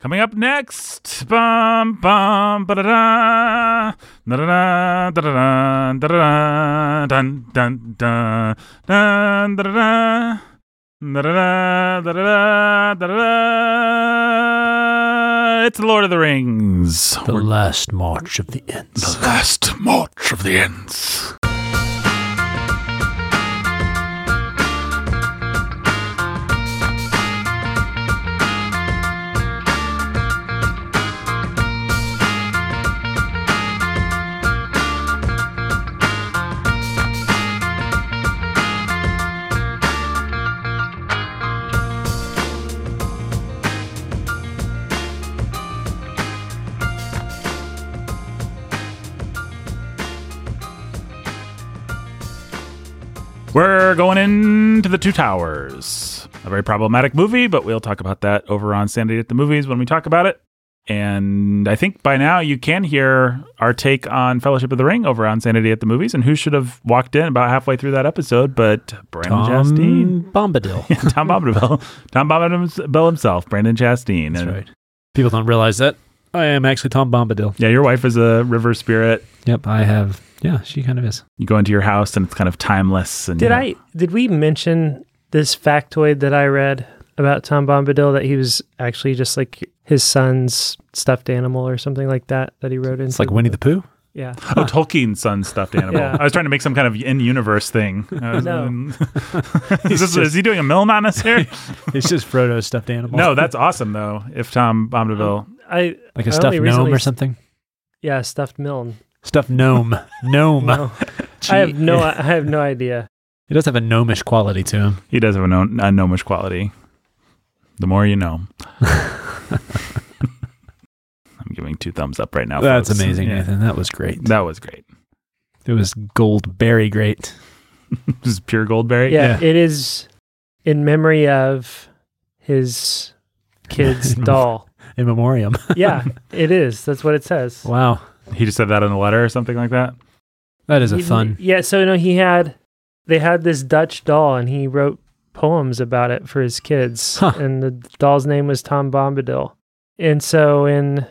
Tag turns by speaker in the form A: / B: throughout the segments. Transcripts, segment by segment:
A: Coming up next, bum bum ba da da da da da da da da dun dun dun dun da da da da da da da da da. It's Lord of the Rings.
B: The last march of the ends.
A: last march of the ends. We're going into the Two Towers. A very problematic movie, but we'll talk about that over on Sanity at the Movies when we talk about it. And I think by now you can hear our take on Fellowship of the Ring over on Sanity at the Movies and who should have walked in about halfway through that episode, but Brandon Chastain.
B: Tom Bombadil.
A: Tom Bombadil. Tom Bombadil himself, Brandon Chastain.
B: That's
A: and
B: right. People don't realize that. I am actually Tom Bombadil.
A: Yeah, your wife is a river spirit.
B: Yep, I have. Yeah, she kind of is.
A: You go into your house and it's kind of timeless. And
C: Did
A: you know,
C: I did we mention this factoid that I read about Tom Bombadil that he was actually just like his son's stuffed animal or something like that that he wrote in?
B: It's like Winnie the Pooh.
C: yeah.
A: Oh, Tolkien's son stuffed animal.
C: Yeah.
A: I was trying to make some kind of in-universe thing. I was-
C: No.
A: is, this- is he doing a mill on us here?
B: It's just Frodo's stuffed animal.
A: no, that's awesome though. If Tom Bombadil,
C: I
B: like a
C: I only
B: stuffed gnome
C: recently-
B: or something.
C: yeah, stuffed milne.
B: Stuffed gnome. gnome.
C: No, I have no I have no idea.
B: It does have a gnomish quality to him.
A: he does have a, known, a gnomish quality. The more you know. I'm giving two thumbs up right now.
B: That's
A: folks.
B: amazing,
A: Yeah.
B: Nathan. That was great.
A: That was great.
B: It was gold, berry great.
A: This is pure Goldberry.
C: Yeah,
B: Yeah.
C: it is in memory of his kid's doll.
B: In memoriam.
C: Yeah, it is. That's what it says.
B: Wow.
A: He just said that in a letter or something like that.
B: That is a
C: He-
B: fun.
C: Yeah, so no, he had they had this Dutch doll, and he wrote poems about it for his kids,
B: Huh.
C: and the doll's name was Tom Bombadil. And so, in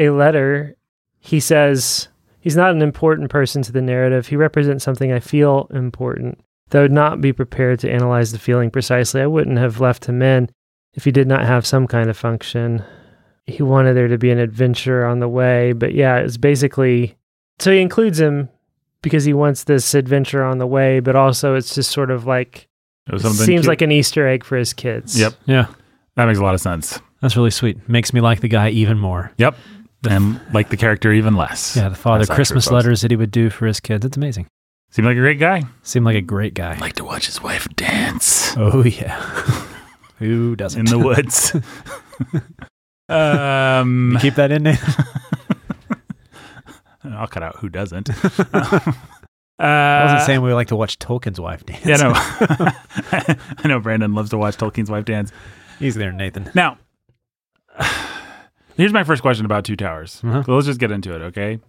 C: a letter, he says he's not an important person to the narrative. He represents something I feel important, though not be prepared to analyze the feeling precisely. I wouldn't have left him in if he did not have some kind of function. He wanted there to be an adventure on the way, but yeah, it's basically so he includes him because he wants this adventure on the way, but also it's just sort of like
A: It was
C: it
A: something
C: seems
A: cute.
C: like an Easter egg for his kids.
A: Yep.
B: Yeah.
A: that makes a lot of sense.
B: That's really sweet. Makes me like the guy even more.
A: Yep, and like the character even less.
B: Yeah, the father
A: That's not true,
B: Christmas
A: folks.
B: letters that he would do for his kids. It's amazing.
A: seemed like a great guy.
B: Seemed like a great guy.
A: Like to watch his wife dance.
B: Oh yeah. Who doesn't?
A: in the woods. um,
B: You keep that in, Nathan.
A: I'll cut out who doesn't.
B: I
A: Uh,
B: wasn't saying we like to watch Tolkien's wife dance.
A: yeah, no. I know Brandon loves to watch Tolkien's wife dance.
B: He's there, Nathan.
A: Now, here's my first question about Two Towers.
B: Mhm.
A: So let's just get into it, okay?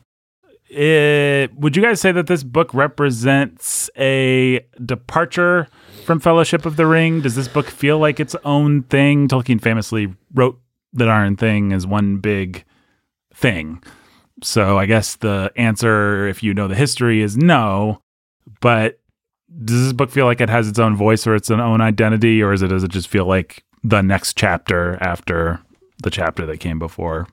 A: It, would you guys say that this book represents a departure from Fellowship of the Ring? Does this book feel like its own thing? Tolkien famously wrote that Iron Thing as one big thing. So I guess the answer, if you know the history, is no. But does this book feel like it has its own voice or its own identity, or is it does it just feel like the next chapter after the chapter that came before?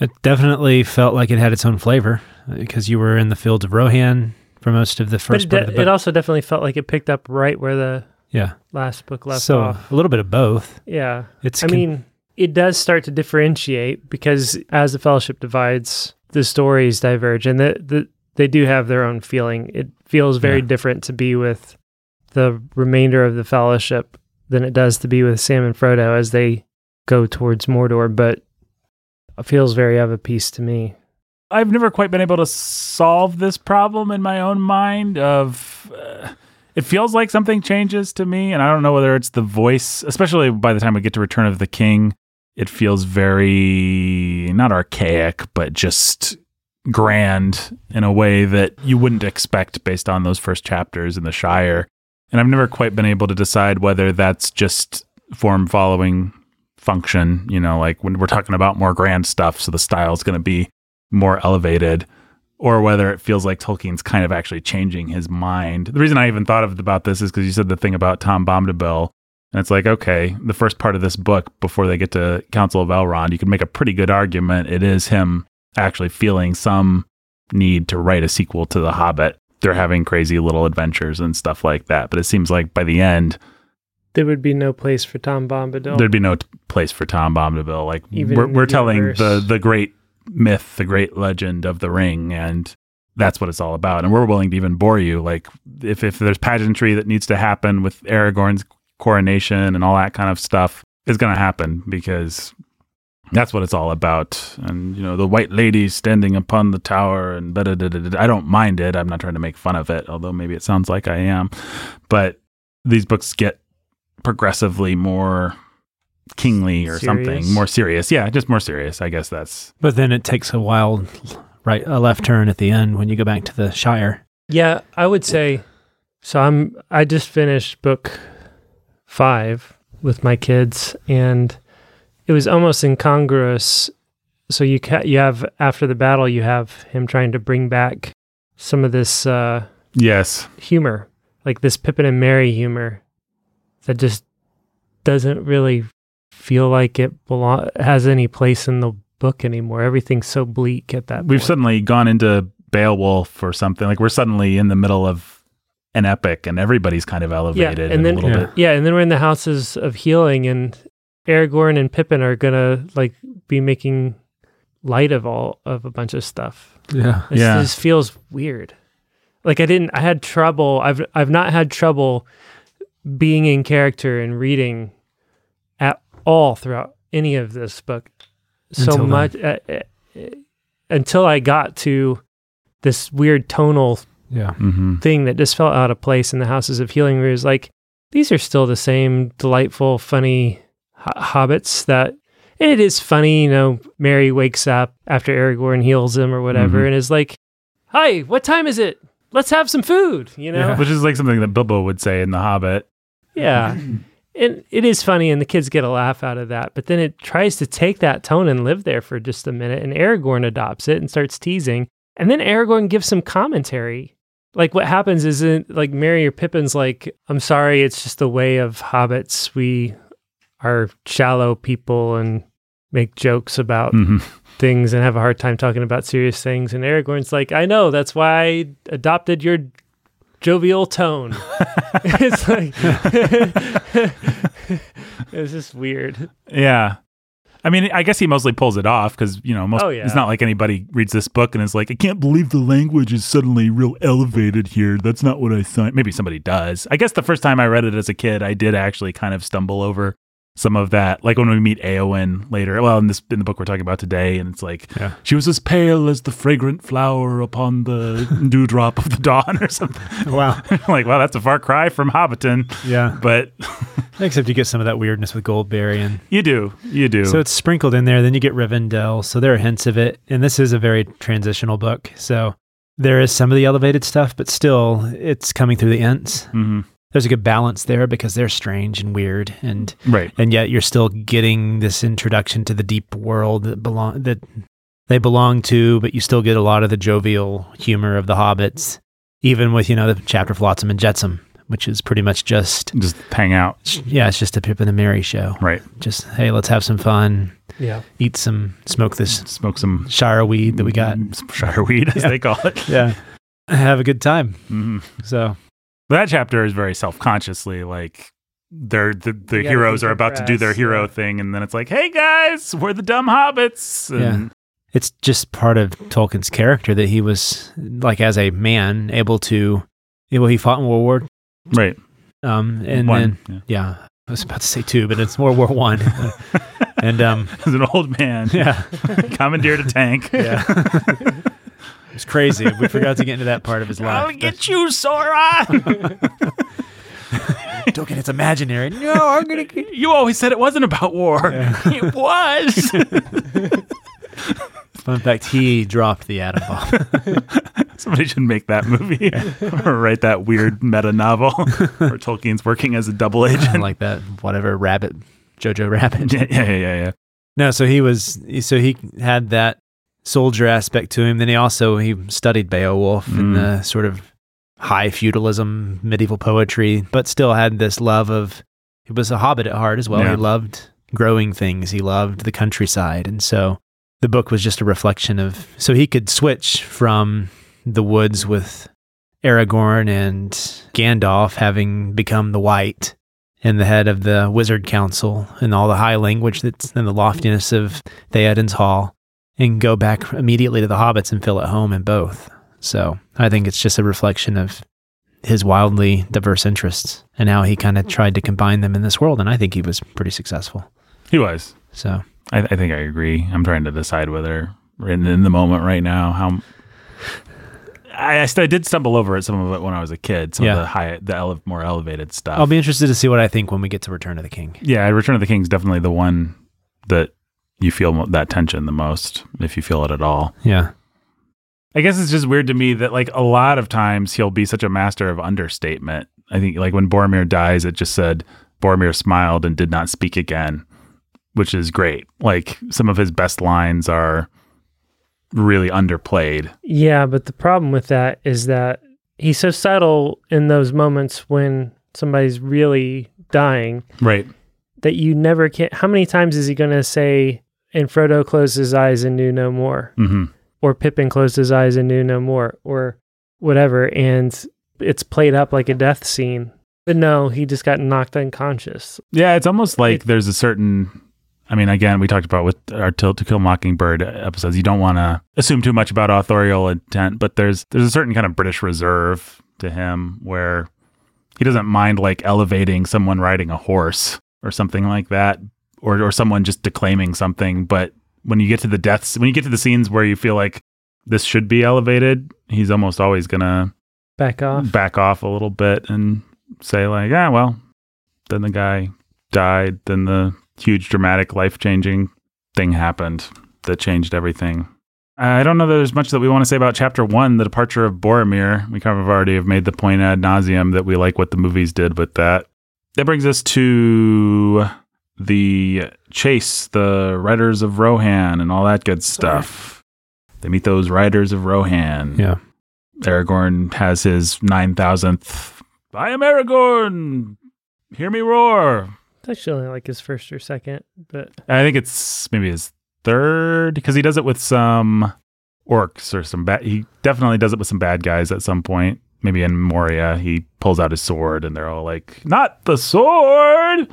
B: It definitely felt like it had its own flavor because you were in the fields of Rohan for most of the
C: But
B: first
C: it,
B: part
C: de-
B: of the book.
C: it also definitely felt like it picked up right where the
B: yeah.
C: last book left
B: so
C: off.
B: a little bit of both.
C: Yeah.
B: It's
C: I
B: con-
C: mean, it does start to differentiate because as the fellowship divides, the stories diverge and the, the they do have their own feeling. It feels very
B: Yeah.
C: different to be with the remainder of the fellowship than it does to be with Sam and Frodo as they go towards Mordor, but it feels very of a piece to me.
A: I've never quite been able to solve this problem in my own mind of uh, it feels like something changes to me and I don't know whether it's the voice especially by the time we get to Return of the King it feels very not archaic but just grand in a way that you wouldn't expect based on those first chapters in the Shire and I've never quite been able to decide whether that's just form following function. You know, like when we're talking about more grand stuff, so the style is going to be more elevated, or whether it feels like Tolkien's kind of actually changing his mind. The reason I even thought of about this is because you said the thing about Tom Bombadil, and it's like, okay, the first part of this book before they get to Council of Elrond, you could make a pretty good argument. It is him actually feeling some need to write a sequel to The Hobbit. They're having crazy little adventures and stuff like that. But it seems like by the end,
C: There would be no place for Tom Bombadil.
A: there'd be no t- place for Tom Bombadil. Like
C: Even
A: we're,
C: in the
A: we're telling the
C: universe.
A: the great myth, the great legend of the ring, and that's what it's all about. And we're willing to even bore you. Like if if there's pageantry that needs to happen with Aragorn's coronation and all that kind of stuff, is going to happen because that's what it's all about. And you know, the white lady standing upon the tower and da da da da. da. I don't mind it. I'm not trying to make fun of it, although maybe it sounds like I am. But these books get progressively more kingly or
C: Serious?
A: something more serious. Yeah, just more serious. I guess that's
B: But then it takes a wild right a left turn at the end when you go back to the Shire.
C: Yeah, I would say so I'm I just finished book 5 with my kids and it was almost incongruous so you ca- you have after the battle you have him trying to bring back some of this uh
A: yes.
C: humor, like this Pippin and Mary humor that just doesn't really feel like it belong- has any place in the book anymore. Everything's so bleak at that
A: We've
C: point.
A: suddenly gone into Beowulf or something. Like we're suddenly in the middle of an epic, and everybody's kind of elevated and
C: and then-
A: a little
B: Yeah.
A: bit.
C: Yeah, and then we're in the houses of healing, and Aragorn and Pippin are gonna like be making light of all of a bunch of stuff.
B: Yeah.
C: This,
A: Yeah.
C: this feels weird. Like I didn't. I had trouble. I've I've not had trouble being in character and reading at all throughout any of this book. So
B: Until then.
C: much uh, uh, uh, until I got to this weird tonal
B: Yeah.
A: hmm
C: thing that just felt out of place in the houses of healing where it was like these are still the same delightful funny ho- hobbits that and it is funny you know mary wakes up after aragorn heals him or whatever
A: Mhm.
C: and is like hi what time is it let's have some food you know
A: Which is like something that Bilbo would say in The Hobbit.
C: yeah, and it is funny and the kids get a laugh out of that but then it tries to take that tone and live there for just a minute and aragorn adopts it and starts teasing and then aragorn gives some commentary like what happens isn't like Mary or Pippin's like, I'm sorry, it's just the way of hobbits. We are shallow people and make jokes about
A: hmm
C: things and have a hard time talking about serious things. And Aragorn's like, I know, that's why I adopted your jovial tone. it's like, it was just weird.
A: Yeah. I mean, I guess he mostly pulls it off because, you know, most,
C: Oh, yeah.
A: it's not like anybody reads this book and is like, I can't believe the language is suddenly real elevated here. That's not what I thought. Maybe somebody does. I guess the first time I read it as a kid, I did actually kind of stumble over some of that. Like when we meet Aowen later, well, in this, in the book we're talking about today, and it's like,
B: Yeah.
A: she was as pale as the fragrant flower upon the dewdrop of the dawn or something.
B: Wow.
A: like, wow, that's a far cry from Hobbiton.
B: Yeah.
A: But
B: Except you get some of that weirdness with Goldberry and
A: you do, you do.
B: so it's sprinkled in there. Then you get Rivendell. So there are hints of it. And this is a very transitional book. So there is some of the elevated stuff, but still it's coming through the ends.
A: Mhm.
B: There's a good balance there because they're strange and weird and
A: Right.
B: and yet you're still getting this introduction to the deep world that belong that they belong to, but you still get a lot of the jovial humor of the hobbits, even with you know the chapter of Flotsam and Jetsam, which is pretty much just
A: Just hang out.
B: yeah, it's just a Pip and the Mary show.
A: Right.
B: Just hey, let's have some fun,
C: Yeah.
B: eat some, smoke this
A: Smoke some Mm-hmm.
B: Shire weed that we got,
A: some shire weed, as
B: Yeah.
A: they call it.
B: yeah, have a good time.
A: Mhm.
B: So
A: That chapter is very self consciously like they're the, the
C: You gotta
A: heroes are about to do their
C: decompress,
A: hero
C: yeah.
A: thing, and then it's like, hey guys, we're the dumb hobbits. And
B: it's just part of Tolkien's character that he was like as a man able to. Well, he fought in World War
A: Right.
B: Um, and
A: One.
B: then
A: Yeah.
B: yeah, I was about to say two, but it's more World War One. and um,
A: As an old man,
B: yeah,
A: commandeered a tank.
B: yeah, it's crazy. We forgot to get into that part of his life.
A: I'll get you, Sauron.
B: Tolkien, it's imaginary. No, I'm gonna. Get-
A: you always said it wasn't about war. It was.
B: Fun fact: He dropped the atom bomb.
A: Somebody should make that movie or write that weird meta novel where Tolkien's working as a double agent.
B: like that, whatever rabbit Jojo Rabbit.
A: yeah, yeah, yeah, yeah.
B: No, so he was so he had that soldier aspect to him. Then he also he studied Beowulf
A: Mm.
B: and the sort of high feudalism, medieval poetry, but still had this love of he was a hobbit at heart as well.
A: Yeah.
B: He loved growing things. He loved the countryside. And so the book was just a reflection of so he could switch from the woods with Aragorn and Gandalf having become the white and the head of the Wizard Council and all the high language that's in the loftiness of Theoden's Hall and go back immediately to the Hobbits and feel at home in both. So I think it's just a reflection of his wildly diverse interests and how he kind of tried to combine them in this world. And I think he was pretty successful.
A: He was.
B: So
A: I, I think I agree. I'm trying to decide whether in, in the moment right now how. I, I, st- I did stumble over at some of it when I was a kid. Some
B: Yeah. Oh,
A: of the high, the ele- more elevated stuff.
B: I'll be interested to see what I think when we get to Return of the King.
A: yeah, Return of the King is definitely the one that you feel mo- that tension the most, if you feel it at all.
B: Yeah.
A: I guess it's just weird to me that like a lot of times he'll be such a master of understatement. I think like when Boromir dies, it just said Boromir smiled and did not speak again, which is great. Like some of his best lines are really underplayed.
C: Yeah, but the problem with that is that he's so subtle in those moments when somebody's really dying
A: Right.
C: that you never can. How many times is he going to say, and Frodo closed his eyes and knew no more?
A: hmm
C: Or Pippin closed his eyes and knew no more? Or whatever. And it's played up like a death scene. But no, he just got knocked unconscious.
A: Yeah, it's almost like there's a certain. I mean, again, we talked about with our "Till to Kill Mockingbird" episodes. You don't want to assume too much about authorial intent, but there's there's a certain kind of British reserve to him where he doesn't mind like elevating someone riding a horse or something like that, or or someone just declaiming something. But when you get to the deaths, when you get to the scenes where you feel like this should be elevated, he's almost always gonna
C: Back off.
A: back off a little bit and say like, ah, well, then the guy died, then the huge dramatic life changing thing happened that changed everything. I don't know that there's much that we want to say about chapter one, the departure of Boromir. We kind of already have made the point ad nauseum that we like what the movies did with that. That brings us to the chase, the Riders of Rohan, and all that good stuff. They meet those Riders of Rohan.
B: Yeah.
A: Aragorn has his 9,000th. I am Aragorn! Hear me roar!
C: It's actually only like his first or second, but
A: I think it's maybe his third, because he does it with some orcs or some bad. He definitely does it with some bad guys at some point. Maybe in Moria, he pulls out his sword and they're all like, Not the sword!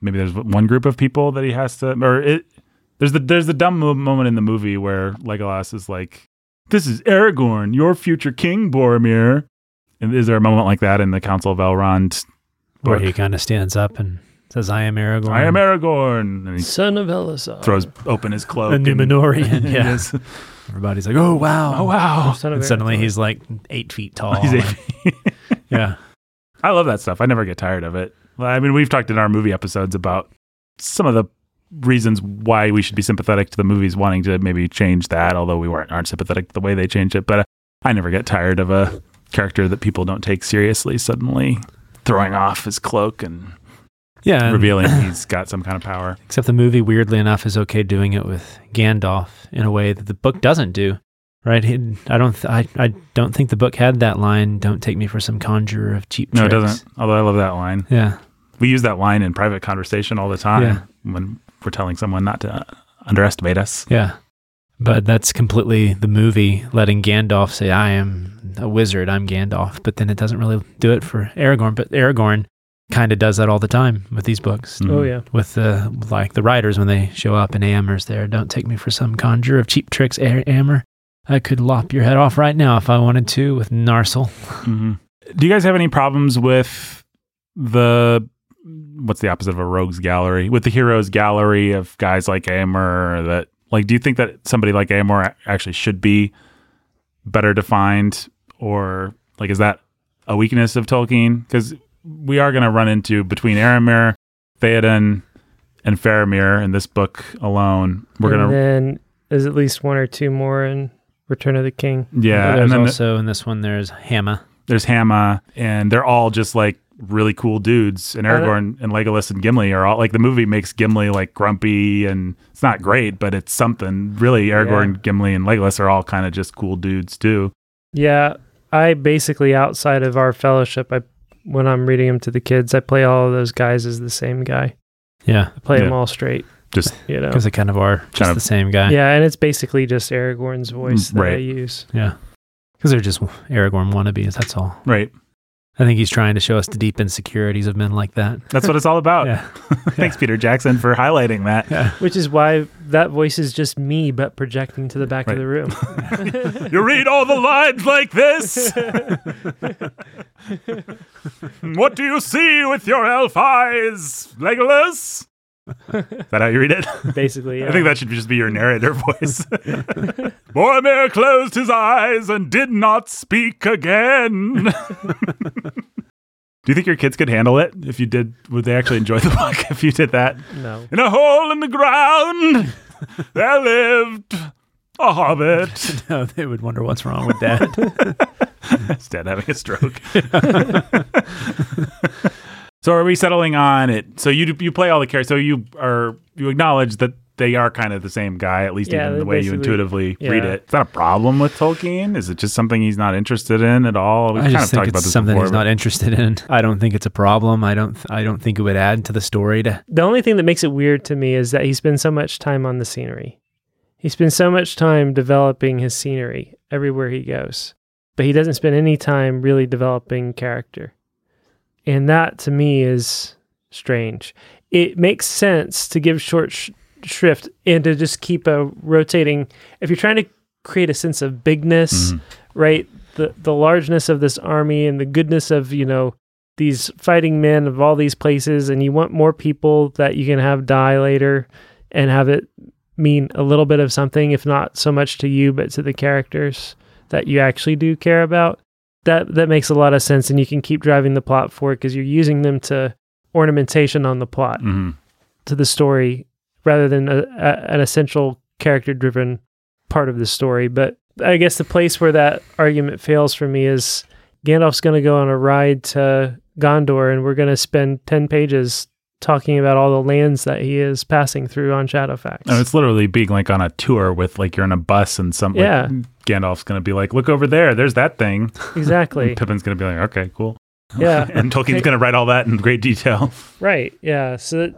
A: Maybe there's one group of people that he has to, or it. There's the there's the dumb mo- moment in the movie where Legolas is like, "This is Aragorn, your future king, Boromir." And is there a moment like that in the Council of Elrond
B: Where
A: book?
B: he kind of stands up and says, I am Aragorn.
A: I am Aragorn, and he
C: son of Elisar.
A: throws open his cloak.
B: A
A: and-
B: Numenorian, yeah.
A: Yes.
B: Everybody's like, oh, wow.
A: Oh wow!
C: Son of
B: And suddenly
C: Erisar.
B: he's like eight feet tall.
A: He's
B: Like,
A: a-
B: yeah.
A: I love that stuff. I never get tired of it. I mean, we've talked in our movie episodes about some of the reasons why we should be sympathetic to the movies wanting to maybe change that, although we weren't aren't sympathetic to the way they changed it. But uh, I never get tired of a character that people don't take seriously suddenly throwing off his cloak and
B: Yeah. and-
A: revealing he's got some kind of power.
B: Except the movie, weirdly enough, is okay doing it with Gandalf in a way that the book doesn't do. Right? He- I don't. Th- I, I. don't think the book had that line. Don't take me for some conjurer of cheap.
A: No, it
B: tricks."
A: doesn't. Although I love that line.
B: Yeah.
A: We use that line in private conversation all the time
B: Yeah.
A: when we're telling someone not to uh, underestimate us.
B: Yeah. But that's completely the movie letting Gandalf say, I am a wizard, I'm Gandalf. But then it doesn't really do it for Aragorn. But Aragorn kind of does that all the time with these books.
A: mm-hmm.
C: Oh, yeah.
B: With the, like, the writers when they show up and Ammer's there. Don't take me for some conjurer of cheap tricks, A- Ammer. I could lop your head off right now if I wanted to with Narsil.
A: hmm Do you guys have any problems with the what's the opposite of a rogues gallery? With the heroes gallery of guys like Amor that like do you think that somebody like Amor a- actually should be better defined or like is that a weakness of Tolkien cuz we are going to run into between Aramir, Theoden and Faramir in this book alone. We're
C: and
A: going to
C: then there's at least one or two more in Return of the King.
A: yeah,
B: there's
A: and then the-
B: also in this one, there's Hamma.
A: there's Hama, and they're all just like really cool dudes, and Aragorn and Legolas and Gimli are all like the movie makes Gimli like grumpy, and it's not great, but it's something. Really, Aragorn, Gimli, and Legolas are all kind of just cool dudes too.
C: Yeah, I basically outside of our fellowship, I when I'm reading them to the kids, I play all of those guys as the same guy.
B: Yeah.
C: I play
A: Yeah.
C: them all straight.
A: Just-
C: you know.
B: Because they kind of are just
A: Kind of-
B: the same guy.
C: Yeah, and it's basically just Aragorn's voice that I
A: Mm, right.
C: use.
B: Because they're just Aragorn wannabes. That's all.
A: Right.
B: I think he's trying to show us the deep insecurities of men like that.
A: That's what it's all about.
B: Yeah.
A: Thanks, Peter Jackson, for highlighting that.
B: Yeah.
C: Which is why that voice is just me but projecting to the back
A: Right.
C: of the room.
A: You read all the lines like this. what do you see with your elf eyes, Legolas? Is that how you read it?
C: basically, yeah.
A: I think that should just be your narrator voice. Boromir closed his eyes and did not speak again. do you think your kids could handle it if you did? Would they actually enjoy the book if you did that?
C: no.
A: In a hole in the ground, there lived a hobbit.
B: no, they would wonder what's wrong with that.
A: It's dad having a stroke. so are we settling on it? So you you play all the characters. So you are you acknowledge that they are kind of the same guy, at least
C: Yeah,
A: even
C: they
A: the way you
C: basically-
A: intuitively read
C: yeah.
A: it. It's not a problem with Tolkien. Is it just something he's not interested in at all? We
B: I just think it's something he's
A: but-
B: not interested in. I don't think it's a problem. I don't. I don't think it would add to the story. To
C: The only thing that makes it weird to me is that he spends so much time on the scenery. He spends so much time developing his scenery everywhere he goes, but he doesn't spend any time really developing character. And that to me is strange. It makes sense to give short sh- shrift and to just keep a rotating. If you're trying to create a sense of bigness,
A: Mhm.
C: right? The the largeness of this army and the goodness of, you know, these fighting men of all these places and you want more people that you can have die later and have it mean a little bit of something if not so much to you but to the characters that you actually do care about that that makes a lot of sense and you can keep driving the plot forward because you're using them to ornamentation on the plot
A: Mhm.
C: to the story rather than a, a, an essential character driven part of the story. But I guess the place where that argument fails for me is Gandalf's going to go on a ride to Gondor and we're going to spend 10 pages talking about all the lands that he is passing through on Shadowfax.
A: No, it's literally being like on a tour with like you're in a bus and some like,
C: Yeah.
A: Gandalf's gonna be like, look over there, there's that thing.
C: exactly.
A: Pippin's gonna be like, okay, cool.
C: yeah.
A: And Tolkien's
C: Okay.
A: gonna write all that in great detail.
C: Right. Yeah. So that,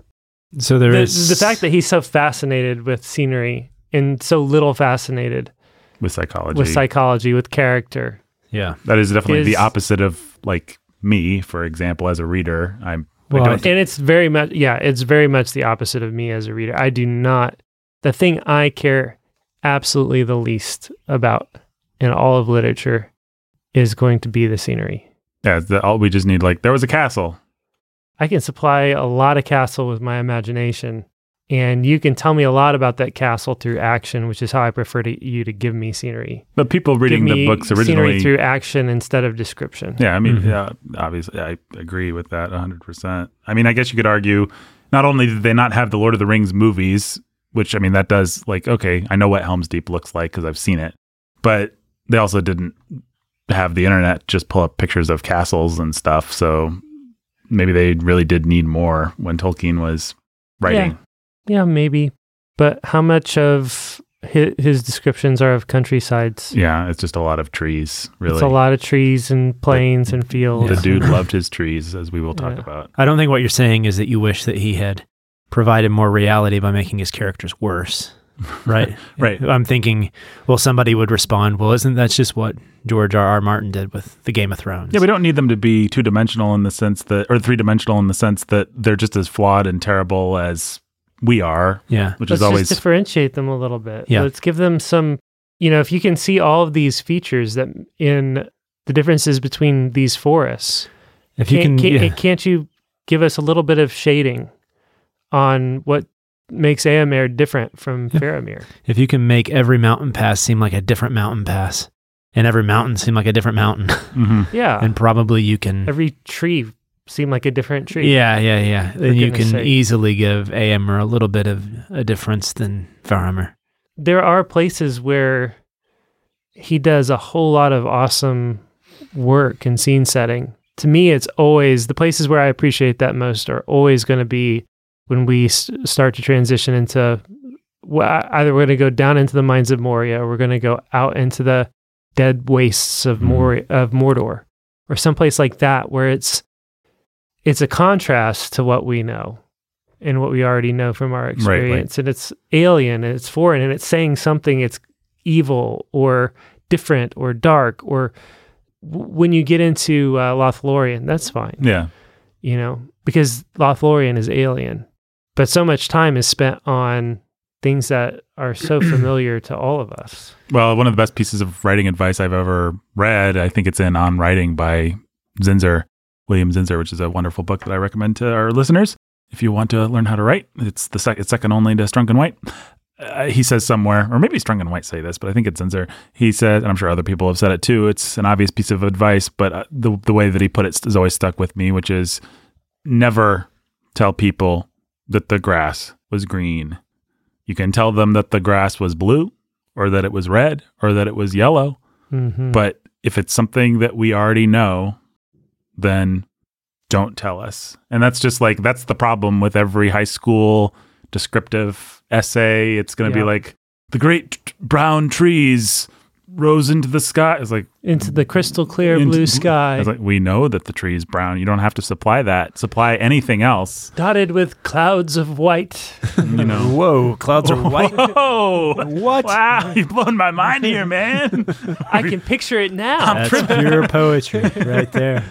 B: so there
C: the,
B: is
C: the fact that he's so fascinated with scenery and so little fascinated
A: With psychology.
C: with psychology, with character,
B: yeah.
A: That is definitely the
C: is-
A: opposite of like me, for example, as a reader. I'm
B: Well,
A: I don't,
C: and it's very much yeah it's very much the opposite of me as a reader i do not the thing i care absolutely the least about in all of literature is going to be the scenery
A: yeah, it's the, all, we just need like there was a castle.
C: i can supply a lot of castle with my imagination and you can tell me a lot about that castle through action which is how i prefer to you to give me scenery
A: But people reading
C: give
A: the
C: me
A: books
C: scenery
A: originally,
C: through Mm-hmm. action instead of description
A: yeah, I mean,
B: Mhm.
A: yeah, obviously, I agree with that 100. percent I mean, I guess you could argue not only did they not have the Lord of the Rings movies, which I mean, that does like okay, I know what Helm's Deep looks like because I've seen it, but they also didn't have the internet just pull up pictures of castles and stuff. So maybe they really did need more when Tolkien was writing.
C: yeah maybe but how much of his, his descriptions are of countrysides
A: Yeah, it's just a lot of trees, really.
C: It's a lot of trees and plains and fields.
A: The
B: Yeah.
A: dude loved his trees, as we will talk
C: Yeah.
A: about.
B: I don't think what you're saying is that you wish that he had provided more reality by making his characters worse. Right.
A: Right.
B: I'm thinking, well, somebody would respond, well, isn't that just what George R. R. Martin did with the Game of Thrones?
A: Yeah, we don't need them to be two dimensional in the sense that, or three dimensional in the sense that they're just as flawed and terrible as we are,
B: yeah.
A: which is
C: Let's
A: always
C: just differentiate them a little bit.
B: Yeah.
C: Let's give them some, you know, if you can see all of these features that in the differences between these forests,
B: If you can,
C: can't, can't,
B: yeah.
C: can't you give us a little bit of shading on what makes Aamir different from
B: Yeah.
C: Faramir?
B: if you can make every mountain pass seem like a different mountain pass, and every mountain seem like a different mountain,
A: Mhm.
C: Yeah.
B: and probably you can.
C: Ah. Every tree seemed like a different tree.
B: yeah, yeah, yeah. Then you can
C: goodness sake.
B: easily give Aemmer a little bit of a difference than Faramir.
C: there are places where he does a whole lot of awesome work and scene setting to me, it's always the places where I appreciate that most are always going to be when we s- start to transition into well, e, either we're going to go down into the mines of Moria or we're going to go out into the dead wastes of
A: Mhm.
C: Mor- of Mordor or someplace like that where it's it's a contrast to what we know and what we already know from our
A: right.
C: experience and it's alien and it's foreign and it's saying something it's evil or different or dark or w- when you get into uh, Lothlorien that's fine
A: Yeah.
C: you know, because Lothlorien is alien. But so much time is spent on things that are so familiar to all of us.
A: Well, one of the best pieces of writing advice I've ever read, I think it's in On Writing by Zinzer, William Zinzer, which is a wonderful book that I recommend to our listeners. If you want to learn how to write, it's the sec- it's second only to Strunk and White. Uh, he says somewhere, or maybe Strunk and White say this, but I think it's Zinzer. He said, and I'm sure other people have said it too. It's an obvious piece of advice, but uh, the the way that he put it is always stuck with me, which is never tell people that the grass was green. You can tell them that the grass was blue, or that it was red or that it was yellow.
C: Mm-hmm.
A: But if it's something that we already know, then don't tell us. And that's just like, that's the problem with every high school descriptive essay. It's going to
C: Yeah.
A: be like, the great t- brown trees rose into the sky. It's like,
C: into the crystal clear
A: Into
C: blue
A: blue-
C: sky,
A: it's like, we know that the tree is brown. You don't have to supply that. Supply anything else,
C: dotted with clouds of white.
A: you know.
B: Whoa, Oh, clouds are white.
A: Whoa!
B: what?
A: Wow, you've blown my mind here, man.
C: I can picture it now.
B: That's pure poetry right there.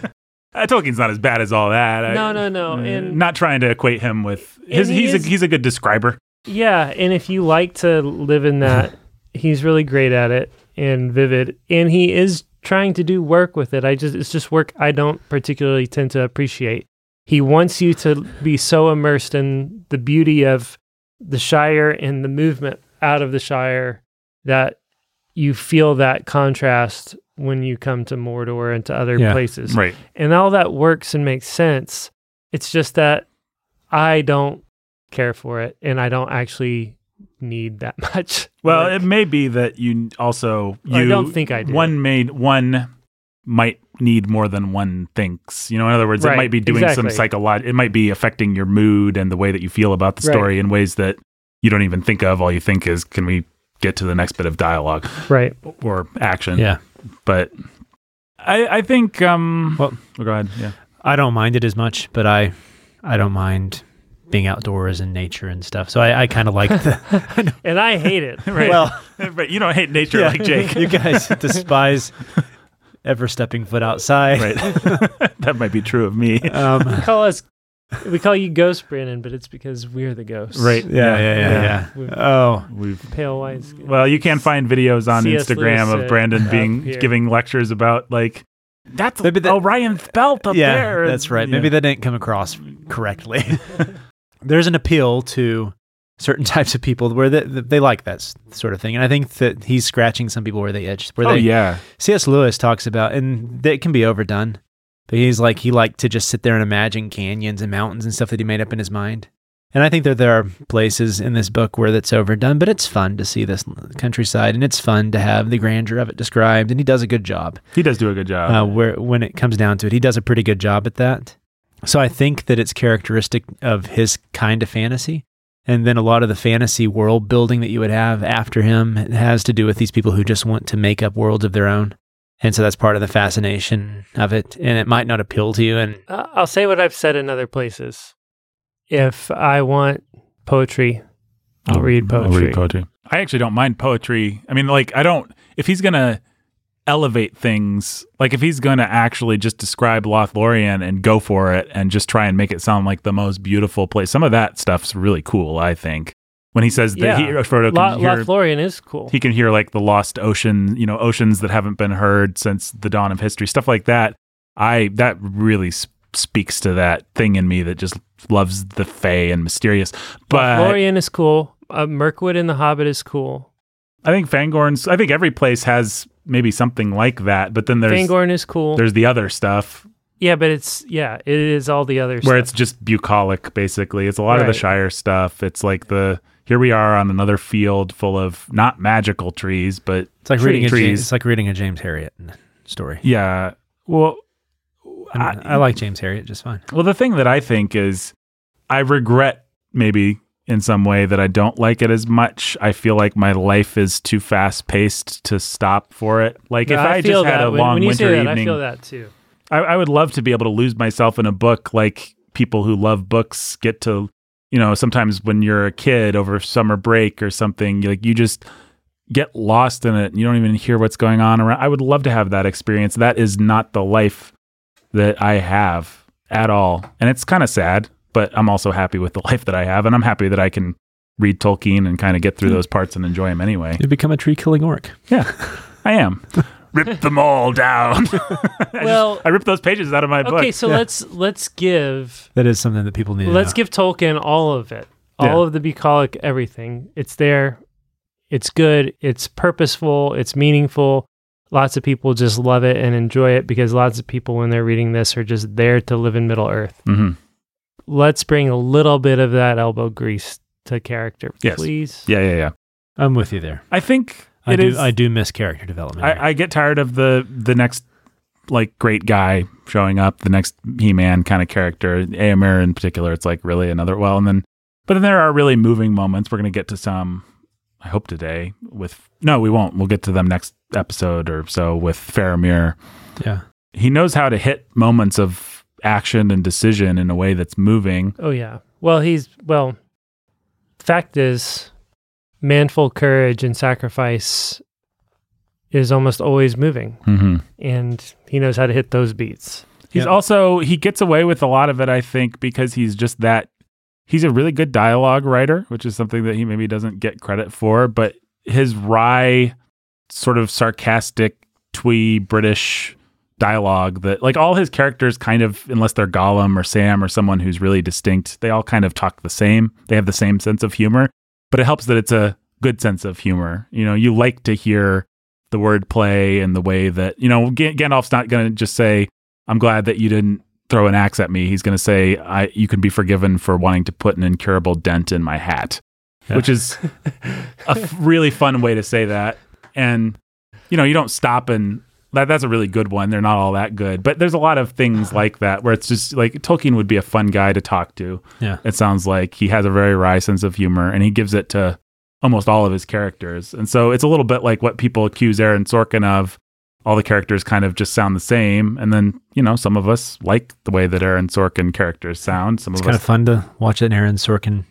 A: Uh, Tolkien's not as bad as all that. I-
C: No, no, no.
A: Uh,
C: And
A: not trying to equate him with his.
C: And he
A: He's
C: is-
A: a he's a good describer.
C: Yeah, and if you like to live in that, he's really great at it and vivid, and he is trying to do work with it. I just it's just work I don't particularly tend to appreciate. He wants you to be so immersed in the beauty of the Shire and the movement out of the Shire that you feel that contrast when you come to Mordor and to other
B: Yeah,
C: places
A: Right.
C: and all that works and makes sense. It's just that I don't care for it and I don't actually need that much.
A: Well,
C: work.
A: it may be that you also you
C: I don't think I do.
A: One made one might need more than one thinks. You know, in other words,
C: Right,
A: it might be doing some
C: exactly.
A: psychological. It might be affecting your mood and the way that you feel about the
C: Right.
A: story in ways that you don't even think of. All you think is, can we get to the next bit of dialogue
C: right.
A: or action?
B: Yeah.
A: But I I think um.
B: Well-
A: oh, go ahead. Yeah.
B: I don't mind it as much, but I I don't mind being outdoors and nature and stuff. So I, I kind of like the
C: And I hate it.
A: Right. but you don't hate nature
B: yeah,
A: like Jake.
B: You guys despise ever stepping foot outside.
A: Right. that might be true of me.
B: Um,
C: We call us we call you ghost Brandon, but it's because we're the ghosts.
A: Right.
B: yeah, yeah,
A: Yeah.
B: yeah, yeah.
C: We're
B: Oh,
A: We've
C: pale white skin.
A: well, you can find videos on
C: C.S.
A: Instagram
C: Lewis, uh,
A: of Brandon
C: up
A: being
C: here.
A: giving lectures about like that's
B: Maybe that-
A: Orion's belt up
B: yeah,
A: there.
B: that's right.
A: Yeah.
B: Maybe that didn't come across correctly. There's an appeal to certain types of people where they, they like that s- sort of thing, and I think that he's scratching some people where they itch. Where
A: oh
B: they,
A: yeah,
B: C.S. Lewis talks about, and that can be overdone, but he's like he liked to just sit there and imagine canyons and mountains and stuff that he made up in his mind. And I think that there are places in this book where that's overdone, but it's fun to see this countryside, and it's fun to have the grandeur of it described. And he does a good job
A: he does do a good job.
B: uh, where when it comes down to it, he does a pretty good job at that. So I think that it's characteristic of his kind of fantasy. And then a lot of the fantasy world building that you would have after him has to do with these people who just want to make up worlds of their own. And so that's part of the fascination of it. And it might not appeal to you. And
C: Uh, I'll say what I've said in other places. If I want poetry, I'll read poetry.
A: poetry. I actually don't mind poetry. I mean, like, I don't, if he's going to elevate things, like, if he's going to actually just describe Lothlorien and go for it and just try and make it sound like the most beautiful place, some of that stuff's really cool, I think. When he says that he, uh,
C: Yeah.
A: Frodo
C: Lot,
A: can hear,
C: Lothlorien is cool.
A: he can hear like the lost ocean, you know, oceans that haven't been heard since the dawn of history, stuff like that. I, that really s- speaks to that thing in me that just loves the fey and mysterious. But.
C: Lothlorien is cool. Uh, Mirkwood in The Hobbit is cool.
A: I think Fangorn's. I think every place has maybe something like that, but then there's
C: Fangorn is cool.
A: there's the other stuff
C: Yeah, but it's yeah, it is all the other
A: where
C: stuff.
A: it's just bucolic. Basically, it's a lot of the
C: Right.
A: Shire stuff. It's like the here we are on another field full of not magical trees, but
B: it's like, reading a, Ja-
A: Trees.
B: it's like reading a James Harriet story.
A: yeah. Well,
B: I, mean, I like James Harriet just fine.
A: Well, the thing that I think is, I regret maybe in some way that I don't like it as much. I feel like my life is too fast paced to stop for it. Like if I, just had a
C: when,
A: long
C: when you
A: winter
C: say that,
A: evening,
C: I feel that too.
A: I, I would love to be able to lose myself in a book like people who love books get to you know sometimes when you're a kid over summer break or something you- like you just get lost in it and you don't even hear what's going on around i would love to have that experience that is not the life that i have at all and it's kind of sad but i'm also happy with the life that i have and i'm happy that i can read tolkien and kind of get through those parts and enjoy them anyway
B: You'd become a tree killing orc.
A: i am rip them all down I
C: Well-
A: just, i ripped those pages out of my book
C: Okay, so
B: Yeah.
C: let's let's give
B: That is something that people need. to
C: let's
B: know.
C: give Tolkien all of it, all
A: Yeah.
C: of the bucolic everything. It's there, it's good, it's purposeful, it's meaningful. Lots of people just love it and enjoy it because lots of people, when they're reading this, are just there to live in Middle Earth.
A: mm-hmm.
C: Let's bring a little bit of that elbow grease to character,
A: Yes.
C: please.
A: Yeah, yeah, yeah.
B: I'm with you there.
A: I think
B: I
A: it
B: do.
A: is.
B: I do miss character development. here.
A: I, I get tired of the the next like great guy showing up, the next He Man kind of character, Amir in particular. It's like really another well, and then but then there are really moving moments. We're gonna get to some. I hope today with no, we won't. We'll get to them next episode or so with Faramir.
B: yeah.
A: He knows how to hit moments of action and decision in a way that's moving.
C: Oh, yeah. Well, he's, well, fact is, manful courage and sacrifice is almost always moving.
A: Mm-hmm.
C: and he knows how to hit those beats.
A: He's
B: Yeah.
A: also he gets away with a lot of it, I think, because he's just that he's a really good dialogue writer, which is something that he maybe doesn't get credit for, but his wry, sort of sarcastic, twee British dialogue that like all his characters kind of unless they're Gollum or Sam or someone who's really distinct, they all kind of talk the same. They have the same sense of humor. But it helps that it's a good sense of humor. You know, you like to hear the wordplay and the way that, you know, Gan- Gandalf's not going to just say, I'm glad that you didn't throw an axe at me. He's going to say, I, you can be forgiven for wanting to put an incurable dent in my hat,
B: Yeah.
A: which is a f- really fun way to say that. And, you know, you don't stop and that, that's a really good one. They're not all that good, but there's a lot of
B: Uh-huh.
A: things like that where it's just like Tolkien would be a fun guy to talk to.
B: Yeah.
A: It sounds like he has a very wry sense of humor and he gives it to almost all of his characters. And so it's a little bit like what people accuse Aaron Sorkin of all the characters kind of just sound the same. And then, you know, some of us like the way that Aaron Sorkin characters sound. Some
B: It's
A: of
B: kind
A: us,
B: of fun to watch an Aaron Sorkin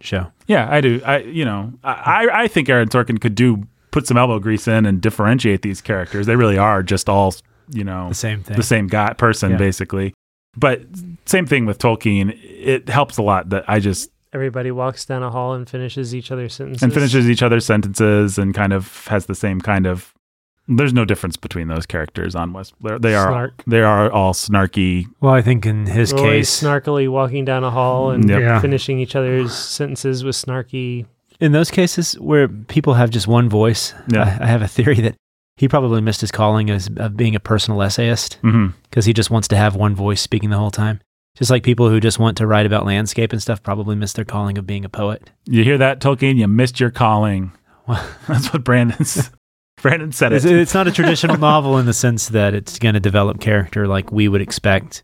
B: show.
A: yeah, I do. I, you know, I, I- I think Aaron Sorkin could do put some elbow grease in and differentiate these characters. They really are just all, you know,
B: The same thing.
A: the same guy person
B: Yeah.
A: basically. But same thing with Tolkien. It helps a lot that I just
C: Everybody walks down a hall and finishes each other's sentences.
A: and finishes each other's sentences and kind of has the same kind of there's no difference between those characters on west they're- they are
C: Snark.
A: they are all snarky
B: Well, I think in his
C: Rory
B: case,
C: snarkily walking down a hall and
A: Yep.
B: Yeah.
C: finishing each other's sentences with snarky.
B: in those cases where people have just one voice,
A: Yeah.
B: I, I have a theory that he probably missed his calling as of being a personal essayist
A: hmm
B: because he just wants to have one voice speaking the whole time. Just like people who just want to write about landscape and stuff probably miss their calling of being a poet.
A: You hear that, Tolkien? You missed your calling.
B: Well-
A: That's what Brandon's. Brandon said
B: It's,
A: it.
B: it's not a traditional novel in the sense that it's going to develop character like we would expect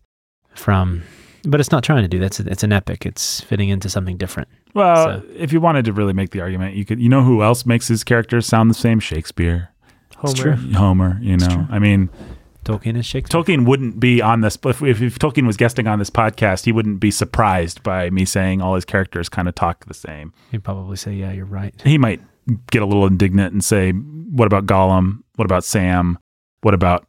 B: from. But it's not trying to do that. It's, it's an epic. It's fitting into something different.
A: Well,
B: so-
A: if you wanted to really make the argument, you could. You know who else makes his characters sound the same? Shakespeare,
C: Homer.
B: true.
A: Homer. You
B: It's
A: know,
B: true.
A: I mean,
B: Tolkien is Shakespeare.
A: Tolkien wouldn't be on this. If, if, if Tolkien was guesting on this podcast, he wouldn't be surprised by me saying all his characters kind of talk the same.
B: He'd probably say, "Yeah, you're right."
A: He might get a little indignant and say, "What about Gollum? What about Sam? What about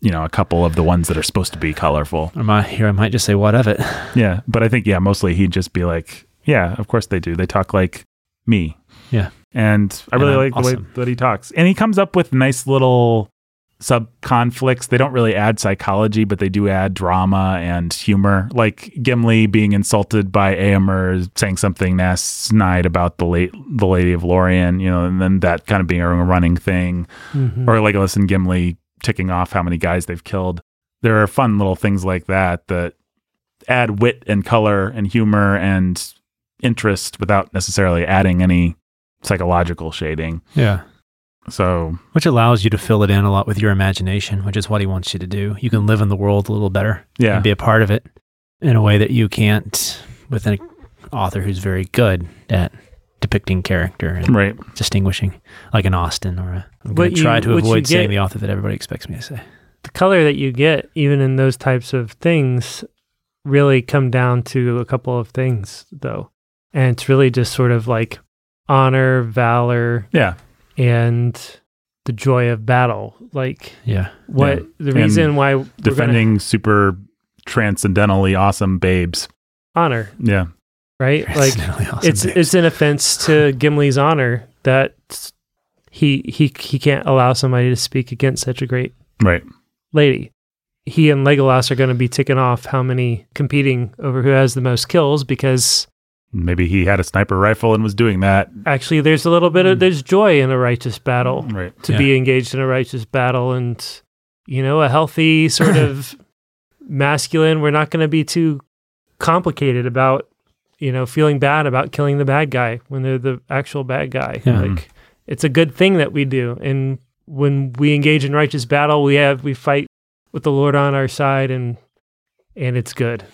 A: you know a couple of the ones that are supposed to be colorful?"
B: Or my, here I might just say, "What of it?"
A: Yeah, but I think yeah, mostly he'd just be like, yeah, of course they do. They talk like me.
B: Yeah.
A: and I
B: And
A: really
B: I'm
A: like the way
B: awesome.
A: that he talks, and he comes up with nice little sub conflicts. They don't really add psychology, but they do add drama and humor. Like Gimli being insulted by Aemir saying something nas- snide about the late the Lady of Lorien, you know, and then that kind of being a running thing
C: Mhm.
A: or Legolas and Gimli ticking off how many guys they've killed. There are fun little things like that that add wit and color and humor and interest without necessarily adding any psychological shading.
B: Yeah,
A: So
B: which allows you to fill it in a lot with your imagination, which is what he wants you to do. You can live in the world a little better
A: yeah,
B: and be a part of it in a way that you can't with an author who's very good at depicting character and
A: right.
B: distinguishing, like an Austin or a. I'm going
C: What
B: to try
C: you-
B: to
C: what you
B: avoid saying
C: get-
B: the author that everybody expects me to say.
C: the color that you get even in those types of things really come down to a couple of things though and it's really just sort of like honor valor
A: Yeah,
C: and the joy of battle like
B: Yeah.
C: what the reason why we're gonna,
A: defending super transcendentally awesome babes.
C: honor
A: Yeah,
C: right like
B: Incidentally awesome
C: it's
B: babes.
C: it's an offense to Gimli's honor that he he he can't allow somebody to speak against such a great
A: right.
C: lady. He and Legolas are going to be ticking off how many competing over who has the most kills because
A: Maybe he had a sniper rifle and was doing that.
C: actually there's a little bit of there's joy in a righteous battle
A: Right.
C: to
B: Yeah.
C: be engaged in a righteous battle and you know a healthy sort of masculine we're not going to be too complicated about you know feeling bad about killing the bad guy when they're the actual bad guy
B: Yeah.
C: like it's a good thing that we do and when we engage in righteous battle we have we fight with the lord on our side and and it's good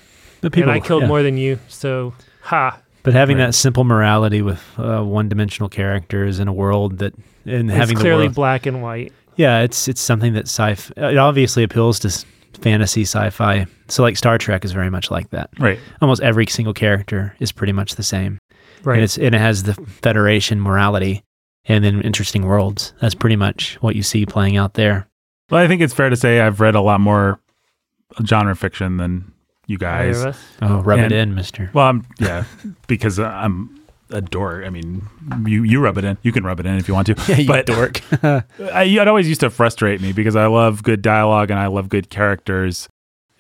B: But people-
C: and i killed
B: yeah.
C: more than you so ha
B: But having
A: Right.
B: that simple morality with uh, one-dimensional characters in a world that and having the
C: it's clearly
B: world-
C: black and white
B: yeah, it's it's something that sci it obviously appeals to s- fantasy sci-fi. So like Star Trek is very much like that.
A: Right.
B: Almost every single character is pretty much the same,
C: right
B: and it's and it has the Federation morality and then interesting worlds. That's pretty much what you see playing out there.
A: Well, I think it's fair to say I've read a lot more genre fiction than you
C: Either
A: guys.
C: of us.
B: Oh, rub
A: And-
B: it in, Mister.
A: Well, I'm, yeah, because I'm a dork. I mean, you you rub it in. You can rub it in if you want to.
B: Yeah, you
A: but
B: dork.
A: I, it always used to frustrate me because I love good dialogue and I love good characters.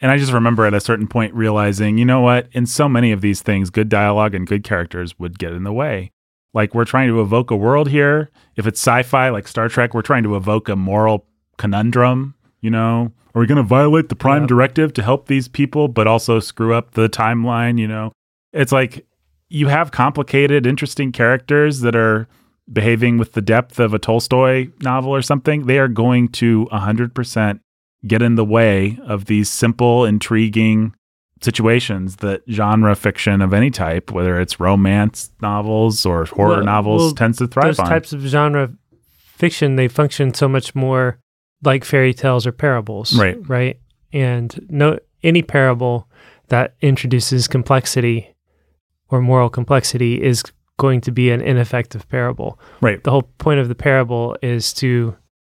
A: And I just remember at a certain point realizing, you know what? In so many of these things, good dialogue and good characters would get in the way. Like we're trying to evoke a world here. If it's sci-fi, like Star Trek, we're trying to evoke a moral conundrum. You know, are we going to violate the prime
C: Yep.
A: directive to help these people, but also screw up the timeline? You know, it's like you have complicated, interesting characters that are behaving with the depth of a Tolstoy novel or something, they are going to 100% get in the way of these simple, intriguing situations that genre fiction of any type, whether it's romance novels or horror
C: Well-
A: novels,
C: well,
A: tends to thrive
C: those
A: on.
C: types of genre fiction they function so much more like fairy tales or parables
A: Right.
C: right and no any parable that introduces complexity or moral complexity is going to be an ineffective parable
A: Right.
C: the whole point of the parable is to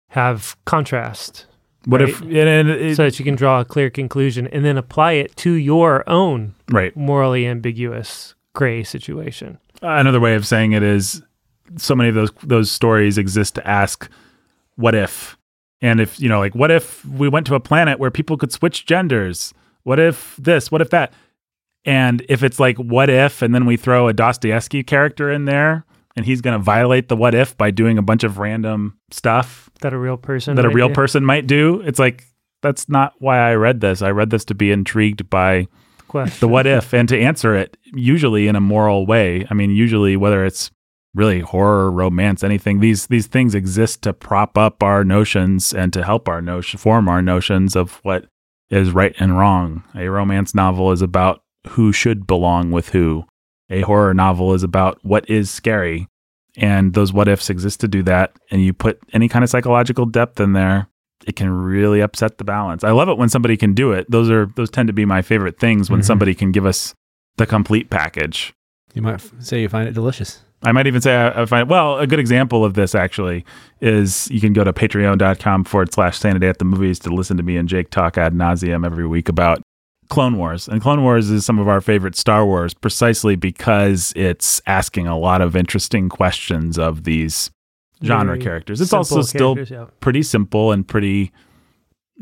C: have contrast
A: what if, and, and it-
C: so that you can draw a clear conclusion and then apply it to your own
A: right.
C: morally ambiguous gray situation
A: Another way of saying it is so many of those, those stories exist to ask, what if? And if, you know, like, what if we went to a planet where people could switch genders? What if this? What if that? And if it's like, what if, and then we throw a Dostoevsky character in there and he's going to violate the what if by doing a bunch of random stuff
C: that a real person
A: that a
C: might
A: real
C: do.
A: person might do, it's like, that's not why I read this. I read this to be intrigued by
C: question
A: the what if and to answer it usually in a moral way i mean usually whether it's really horror romance anything these these things exist to prop up our notions and to help our notion form our notions of what is right and wrong a romance novel is about who should belong with who a horror novel is about what is scary and those what ifs exist to do that and you put any kind of psychological depth in there it can really upset the balance. I love it when somebody can do it. Those are those tend to be my favorite things when
B: Mhm.
A: somebody can give us the complete package.
B: You might f- say you find it delicious.
A: I might even say I, I find well a good example of this actually is you can go to patreon.com forward slash Saturday at the movies to listen to me and Jake talk ad nauseum every week about Clone Wars and Clone Wars is some of our favorite Star Wars precisely because it's asking a lot of interesting questions of these genre
C: Very
A: characters. It's
C: Simple
A: also still
C: characters, yeah.
A: pretty simple and pretty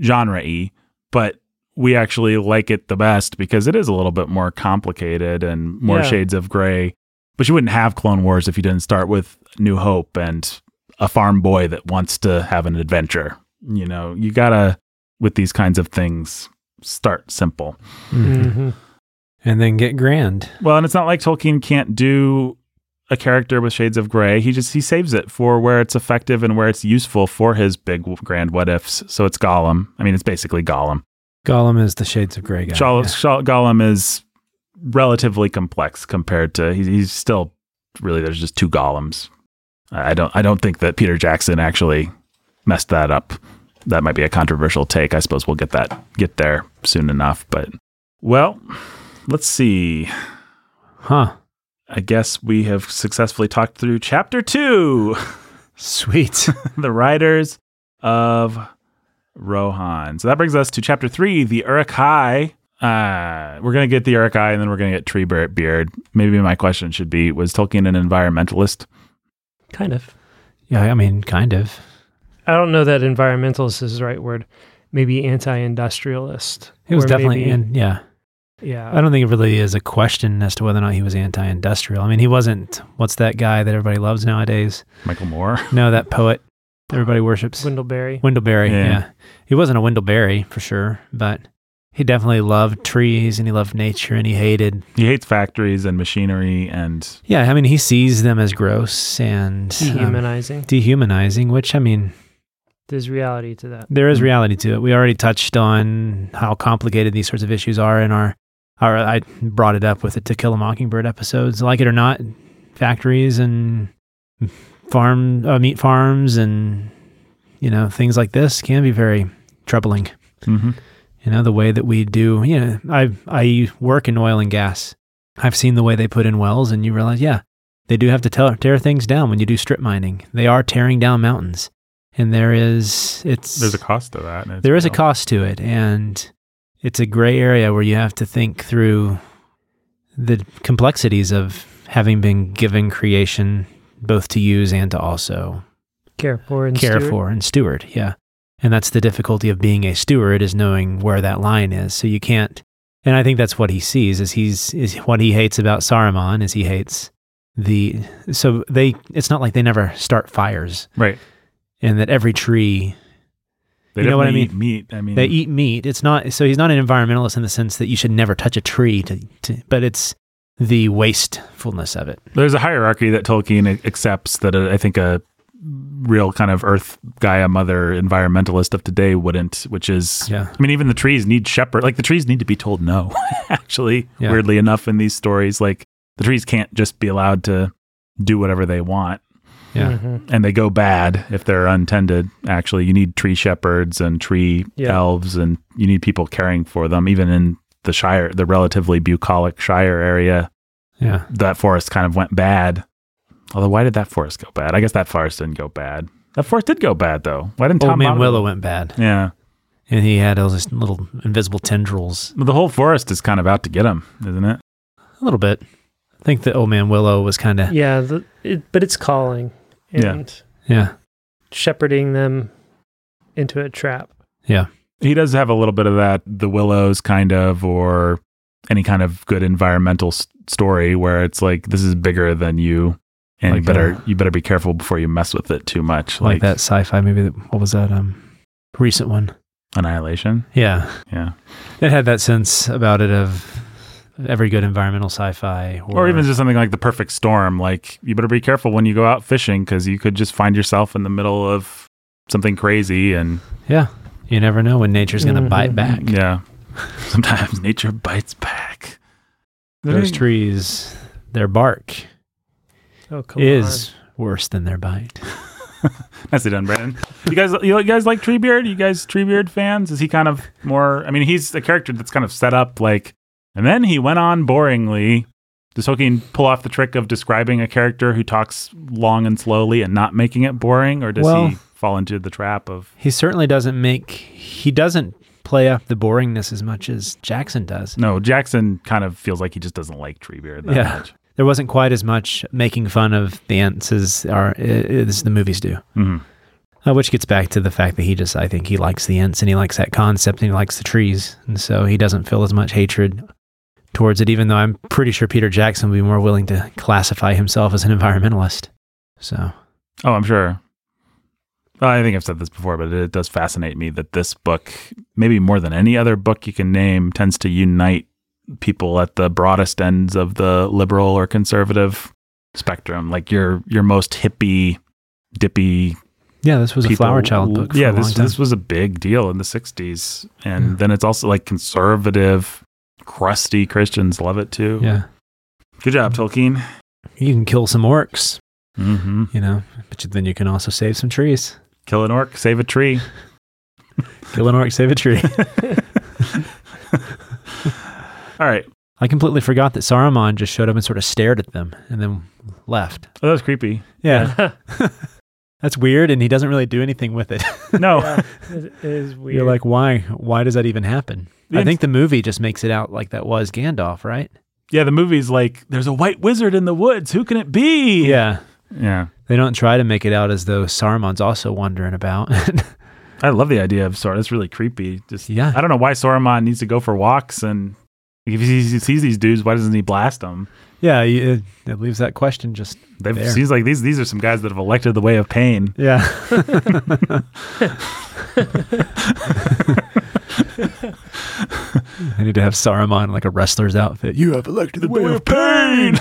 A: genre y, but we actually like it the best because it is a little bit more complicated and more
C: Yeah.
A: shades of gray. But you wouldn't have Clone Wars if you didn't start with New Hope and a farm boy that wants to have an adventure. You know, you gotta, with these kinds of things, start simple.
C: Mhm.
B: And then get grand.
A: Well, and it's not like Tolkien can't do a character with shades of gray. He just he saves it for where it's effective and where it's useful for his big w- grand what ifs. So it's Gollum. I mean, it's basically Gollum.
B: Gollum is the shades of gray guy.
A: Shal-
B: Yeah.
A: Shal- Gollum is relatively complex compared to he's, he's still really there's just two Gollums. I I don't I don't think that Peter Jackson actually messed that up. That might be a controversial take. I suppose we'll get that get there soon enough. But well, let's see.
B: Huh.
A: I guess we have successfully talked through chapter two,
B: Sweet.
A: the riders of Rohan. So that brings us to chapter three, the Urukai. Uh, we're gonna get the Urukai, and then we're gonna get Tree Beard- Beard. Maybe my question should be: Was Tolkien an environmentalist?
C: Kind of.
B: yeah, I mean, kind of.
C: I don't know that environmentalist is the right word. Maybe anti-industrialist.
B: He was
C: Or
B: definitely
C: maybe-
B: in. Yeah.
C: yeah.
B: I don't think it really is a question as to whether or not he was anti industrial. I mean, he wasn't, what's that guy that everybody loves nowadays?
A: Michael Moore.
B: No, that poet everybody worships.
C: Windleberry.
B: Windleberry.
A: Yeah.
B: Yeah. He wasn't a Windleberry for sure, but he definitely loved trees and he loved nature and he hated.
A: He hates factories and machinery, and
B: Yeah. I mean, he sees them as gross and um,
C: Dehumanizing.
B: dehumanizing, which, I mean,
C: There's reality to that.
B: there
A: Hmm.
B: is reality to it. We already touched on how complicated these sorts of issues are in our, our I brought it up with the To Kill a Mockingbird episodes. Like it or not, factories and farm uh, meat farms and you know things like this can be very troubling.
A: Mhm.
B: You know the way that we do. You know, I I work in oil and gas. I've seen the way they put in wells, and you realize, yeah, they do have to tear, tear things down when you do strip mining. They are tearing down mountains, and there is it's
A: there's a cost to that. and it's
B: there is a
A: real.
B: cost to it and it's a gray area where you have to think through the complexities of having been given creation both to use and to also
C: Care for and
B: care
C: steward.
B: for and steward yeah and that's the difficulty of being a steward is knowing where that line is so you can't and i think that's what he sees is he's is what he hates about saruman is he hates the so they it's not like they never start fires
A: right?
B: and that every tree
A: They
B: You know what I
A: definitely
B: mean?
A: eat meat. I mean,
B: they eat meat. It's not so he's not an environmentalist in the sense that you should never touch a tree to, to but it's the wastefulness of it.
A: there's a hierarchy that Tolkien accepts that uh, I think a real kind of Earth Gaia mother environmentalist of today wouldn't, which is,
B: Yeah.
A: I mean, even the trees need shepherd. Like the trees need to be told no. Actually,
B: Yeah.
A: weirdly enough, in these stories, like the trees can't just be allowed to do whatever they want,
B: Yeah.
C: Mhm.
A: and they go bad if they're untended. Actually, you need tree shepherds and tree
C: Yeah.
A: elves, and you need people caring for them, even in the Shire, the relatively bucolic Shire area
B: Yeah.
A: that forest kind of went bad. Although, why did that forest go bad? I guess that forest didn't go bad. That forest did go bad, though. Why didn't
B: Old
A: Tom
B: man
A: Bombadil-
B: Willow went bad.
A: Yeah,
B: And he had all these little invisible tendrils.
A: the whole forest is kind of out to get him, isn't it?
B: A little bit. I think the old man Willow was kinda
C: Yeah. The, it, but it's calling
A: Yeah.
C: and
B: yeah.
C: shepherding them into a trap.
A: He does have a little bit of that, the willows kind of, or any kind of good environmental s- story where it's like this is bigger than you, and you
B: Like,
A: better
B: uh,
A: you better be careful before you mess with it too much,
B: Like, that sci fi movie that what was that? Um recent one.
A: Annihilation.
B: Yeah.
A: Yeah,
B: It had that sense about it of every good environmental sci fi
A: or even just something like the perfect storm. Like you better be careful when you go out fishing because you could just find yourself in the middle of something crazy and
B: Yeah. You never know when nature's gonna bite
C: Mhm.
B: back.
A: Mm-hmm. Yeah. Sometimes nature bites back.
B: Those trees, their bark
C: Oh, come
B: is worse than their bite.
A: Nicely done, Brandon. You guys, you guys like Treebeard? You guys Treebeard fans? Is he kind of more? I mean, he's a character that's kind of set up like, and then he went on boringly. Does Tolkien pull off the trick of describing a character who talks long and slowly and not making it boring, or does
B: Well-
A: he fall into the trap of?
B: He certainly doesn't make, he doesn't play up the boringness as much as Jackson does.
A: No, Jackson kind of feels like he just doesn't like Treebeard that
B: Yeah.
A: much.
B: There wasn't quite as much making fun of the ants as, are, eh, as the movies do,
A: hmm
B: uh, which gets back to the fact that he just, I think he likes the ants and he likes that concept and he likes the trees. And so he doesn't feel as much hatred towards it, even though I'm pretty sure Peter Jackson would be more willing to classify himself as an environmentalist. So,
A: Oh, I'm sure. Well, I think I've said this before, but it does fascinate me that this book, maybe more than any other book you can name, tends to unite people at the broadest ends of the liberal or conservative spectrum, like your your most hippie, dippy
B: Yeah, this was
A: people-
B: a flower child book. For
A: yeah,
B: a
A: this
B: long time.
A: this was a big deal in the '60s, and
B: Yeah.
A: then it's also like conservative, crusty Christians love it too.
B: yeah.
A: Good job, Tolkien.
B: You can kill some orcs,
A: hmm
B: you know, but you- then you can also save some trees.
A: Kill an orc, save a tree.
B: Kill an orc, save a tree.
A: All right,
B: I completely forgot that Saruman just showed up and sort of stared at them and then left.
A: oh, that was creepy.
B: Yeah, that's weird, and he doesn't really do anything with it.
A: No,
C: Yeah, it is weird.
B: Oh. You're like, why? Why does that even happen?
A: The
B: I think the movie just makes it out like that was Gandalf, right?
A: yeah, the movie's like, there's a white wizard in the woods. Who can it be?
B: Yeah.
A: yeah.
B: They don't try to make it out as though Saruman's also wandering about.
A: I love the idea of Sauron. It's really creepy. Just
B: yeah.
A: I don't know why Sauron needs to go for walks and if he sees, sees these dudes, why doesn't he blast them?
B: Yeah. you- It, it leaves that question just.
A: They've
B: There.
A: seems like these these are some guys that have elected the way of pain.
B: Yeah. I need to have Saruman in like a wrestler's outfit. You have elected the, way, of pain.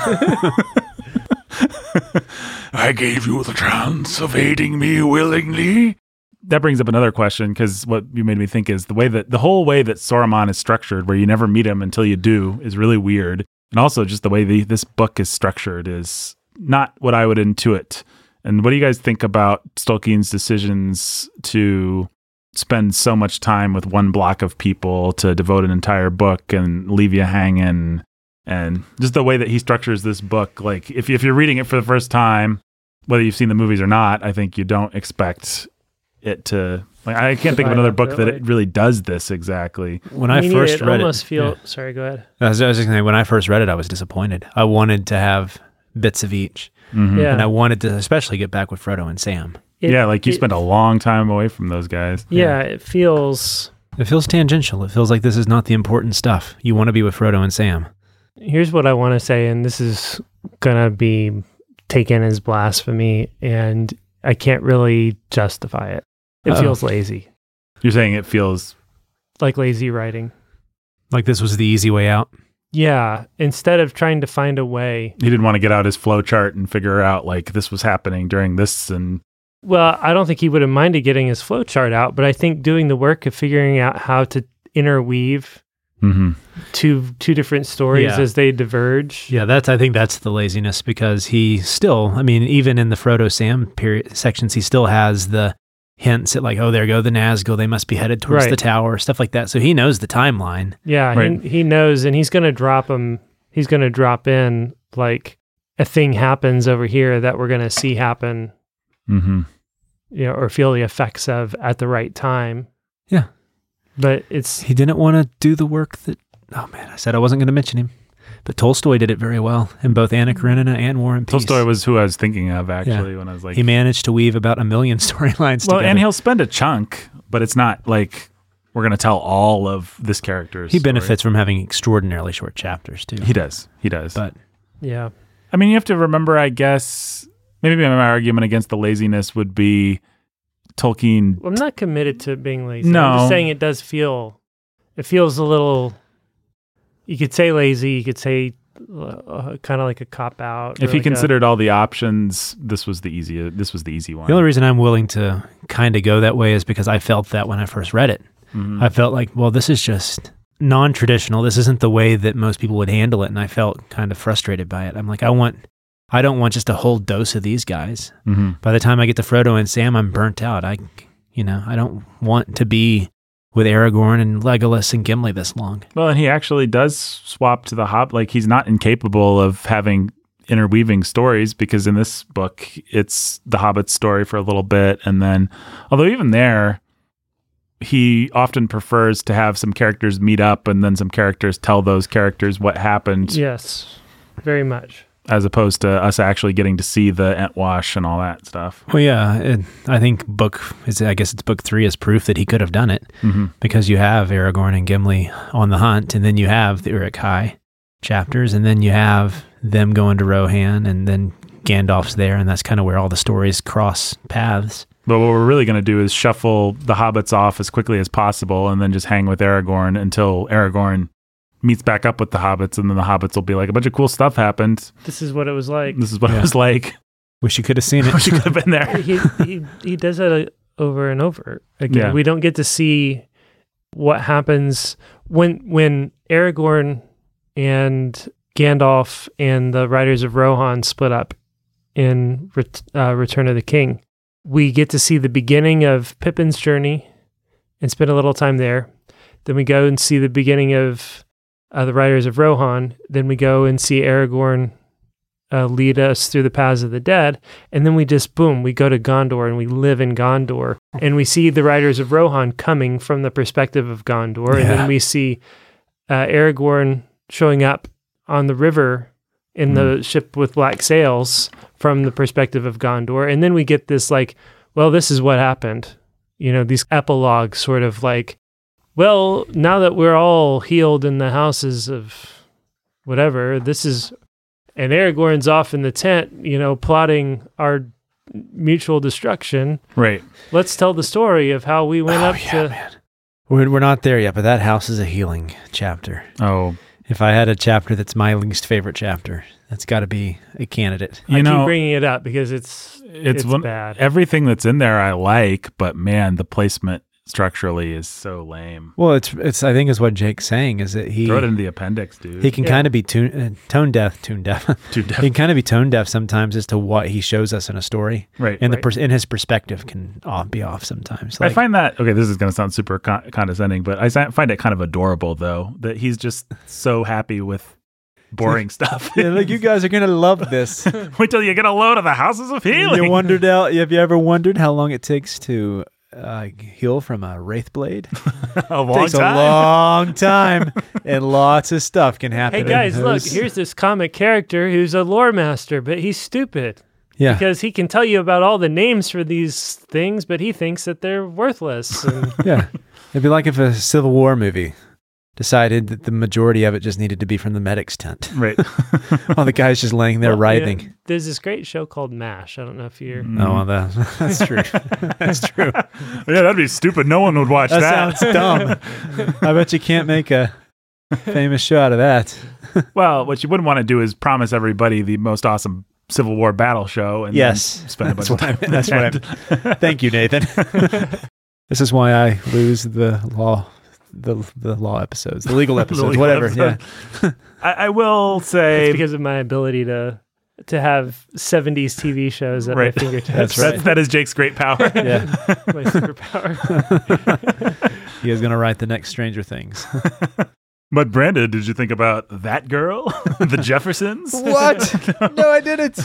A: I gave you the chance of hating me willingly. That brings up another question because what you made me think is the way that the whole way that Saruman is structured, where you never meet him until you do, is really weird. And also, just the way the, this book is structured is not what I would intuit. And what do you guys think about Tolkien's decisions to spend so much time with one block of people to devote an entire book and leave you hanging? and just the way that he structures this book like if, if you're reading it for the first time whether you've seen the movies or not i think you don't expect it to like i can't think of
C: Divide
A: another
C: up
A: book
C: that
A: that
C: way.
A: it really does this exactly
B: When
C: I
B: I
C: mean,
B: first
C: it
B: read
C: almost
B: it,
C: feel sorry, go ahead.
B: I was, I was just gonna say, when I first read it, I was disappointed. I wanted to have bits of each,
A: Mhm.
C: Yeah.
B: and I wanted to especially get back with Frodo and Sam.
C: It-
A: yeah like you
C: it-
A: spend a long time away from those guys
C: Yeah, it feels
B: It feels tangential. It feels like this is not the important stuff. You want to be with Frodo and Sam.
C: here's what I want to say, and this is gonna be taken as blasphemy, and I can't really justify it. It
B: Uh-oh.
C: feels lazy,
A: you're saying it feels
C: like lazy writing.
B: Like this was the easy way out.
C: Yeah, instead of trying to find a way.
A: he didn't want to get out his flow chart and figure out like this was happening during this and
C: Well, I don't think he would have minded getting his flowchart out, but I think doing the work of figuring out how to interweave
A: Mhm.
C: two two different stories
B: Yeah.
C: as they diverge.
B: Yeah, that's. I think that's the laziness because he still. I mean, even in the Frodo Sam period sections, he still has the hints at like, oh, there go the Nazgul. They must be headed towards
C: Right.
B: the tower, stuff like that. So he knows the timeline.
C: Yeah,
A: Right.
C: he, he knows, and he's going to drop him. He's going to drop in like a thing happens over here that we're going to see happen,
A: Mhm.
C: you know, or feel the effects of at the right time.
B: Yeah.
C: but it's
B: He didn't want to do the work that. Oh man, I said I wasn't going to mention him, but Tolstoy did it very well in both Anna Karenina and War and Peace.
A: tolstoy was who i was thinking of actually when i was like
B: he managed to weave about a million storylines.
A: well
B: together.
A: and he'll spend a chunk but it's not like we're going to tell all of this character's
B: he
A: story.
B: benefits from having extraordinarily short chapters too.
A: He does. He does.
B: But
C: yeah,
A: I mean, you have to remember, I guess, maybe my argument against the laziness would be Tolkien.
C: I'm not committed to being lazy. I'm
A: No.
C: just saying it does feel. It feels a little. You could say lazy. You could say uh, kind of like a cop out.
A: If
C: or
A: he
C: like a-
A: considered all the options, this was the easy. This was the easy one.
B: the only reason I'm willing to kind of go that way is because I felt that when I first read it.
A: Mhm.
B: I felt like, well, this is just non traditional. This isn't the way that most people would handle it. And I felt kind of frustrated by it. I'm like, I want, I don't want just a whole dose of these guys.
A: Mhm.
B: By the time I get to Frodo and Sam, I'm burnt out. I, you know, I don't want to be with Aragorn and Legolas and Gimli this long.
A: Well, and he actually does swap to the hop. Like he's not incapable of having interweaving stories because in this book, it's the Hobbit story for a little bit, and then, although even there, he often prefers to have some characters meet up and then some characters tell those characters what happened
C: yes, very much.
A: as opposed to us actually getting to see the Entwash and all that stuff.
B: Well, yeah, it, I think book is, I guess it's book three is proof that he could have done it
A: Mm-hmm.
B: because you have Aragorn and Gimli on the hunt, and then you have the Uruk Hai chapters, and then you have them going to Rohan, and then Gandalf's there, and that's kind of where all the stories cross paths.
A: But what we're really going to do is shuffle the hobbits off as quickly as possible and then just hang with Aragorn until Aragorn meets back up with the hobbits, and then the hobbits will be like, a bunch of cool stuff happened.
C: This is what it was like.
A: This is what
B: Yeah.
A: it was like.
B: Wish you could have seen
A: I wish you
B: it.
A: could have been there.
C: he, he he does that uh, over and over again.
A: Yeah.
C: We don't get to see what happens when when Aragorn and Gandalf and the Riders of Rohan split up in Ret- uh, Return of the King. We get to see the beginning of Pippin's journey and spend a little time there. Then we go and see the beginning of uh, the Riders of Rohan. Then we go and see Aragorn uh, lead us through the paths of the dead. And then we just, boom, we go to Gondor and we live in Gondor. And we see the Riders of Rohan coming from the perspective of Gondor. And
B: Yeah.
C: then we see uh, Aragorn showing up on the river in the ship with black sails from the perspective of Gondor. And then we get this, like, well, this is what happened. You know, these epilogue sort of like, well, now that we're all healed in the houses of whatever, this is, and Aragorn's off in the tent, you know, plotting our mutual destruction.
A: Right.
C: Let's tell the story of how we went
B: Oh,
C: up
B: yeah,
C: to.
B: man. We're, we're not there yet, but that house is a healing chapter.
A: Oh,
B: If I had a chapter that's my least favorite chapter, that's got to be a candidate.
A: you
C: I
A: know,
C: keep bringing it up because it's
A: it's,
C: it's
A: one,
C: bad.
A: everything that's in there I like, but man, the placement structurally is so lame.
B: Well, it's it's I think is what Jake's saying is that he
A: Throw it in the appendix, dude.
B: he can
C: Yeah.
B: kind of be tune, uh, tone deaf, tone deaf.
A: Too
B: he can kind of be tone deaf sometimes as to what he shows us in a story,
A: right.
B: and
C: Right.
B: the per- and his perspective can off, be off sometimes.
A: I
B: Like,
A: find that okay. This is going to sound super con- condescending, but I si- find it kind of adorable though that he's just so happy with boring stuff.
B: yeah, like you guys are gonna love this.
A: Wait till you get a load of the houses of healing.
B: You wondered out? Have you ever wondered how long it takes to uh, heal from a wraith blade?
A: a long
B: takes
A: time.
B: a long time, and lots of stuff can happen.
C: Hey
B: in
C: guys, look,
B: those-
C: here's this comic character who's a lore master, but he's stupid
B: yeah,
C: because he can tell you about all the names for these things, but he thinks that they're worthless. And
B: yeah. It'd be like if a Civil War movie decided that the majority of it just needed to be from the medic's tent.
A: Right.
B: All the guys just laying there
C: Well, you know,
B: writhing.
C: there's this great show called MASH. I don't know if you're.
B: Oh, well,
C: Mm-hmm.
B: that, that's true. that's true. That,
A: yeah, that'd be stupid. No one would watch that.
B: sounds dumb. I bet you can't make a famous show out of that.
A: well, what you wouldn't want to do is promise everybody the most awesome Civil War battle show and then
B: Yes.
A: spend a bunch
B: That's
A: of
B: what I
A: time.
B: meant. That's what I
A: at the end.
B: Thank you, Nathan. this is why I lose the law, the the law episodes, the legal episodes,
A: legal
B: whatever.
A: episode.
B: Yeah.
A: I, I will say
C: It's because of my ability to to have 70s TV shows at
A: Right.
C: my fingertips.
B: That's right.
A: that's, that is Jake's great power.
B: Yeah,
C: my superpower.
B: he is going to write the next Stranger Things.
A: But Brenda, did you think about that girl, the Jeffersons?
B: what? No, I didn't.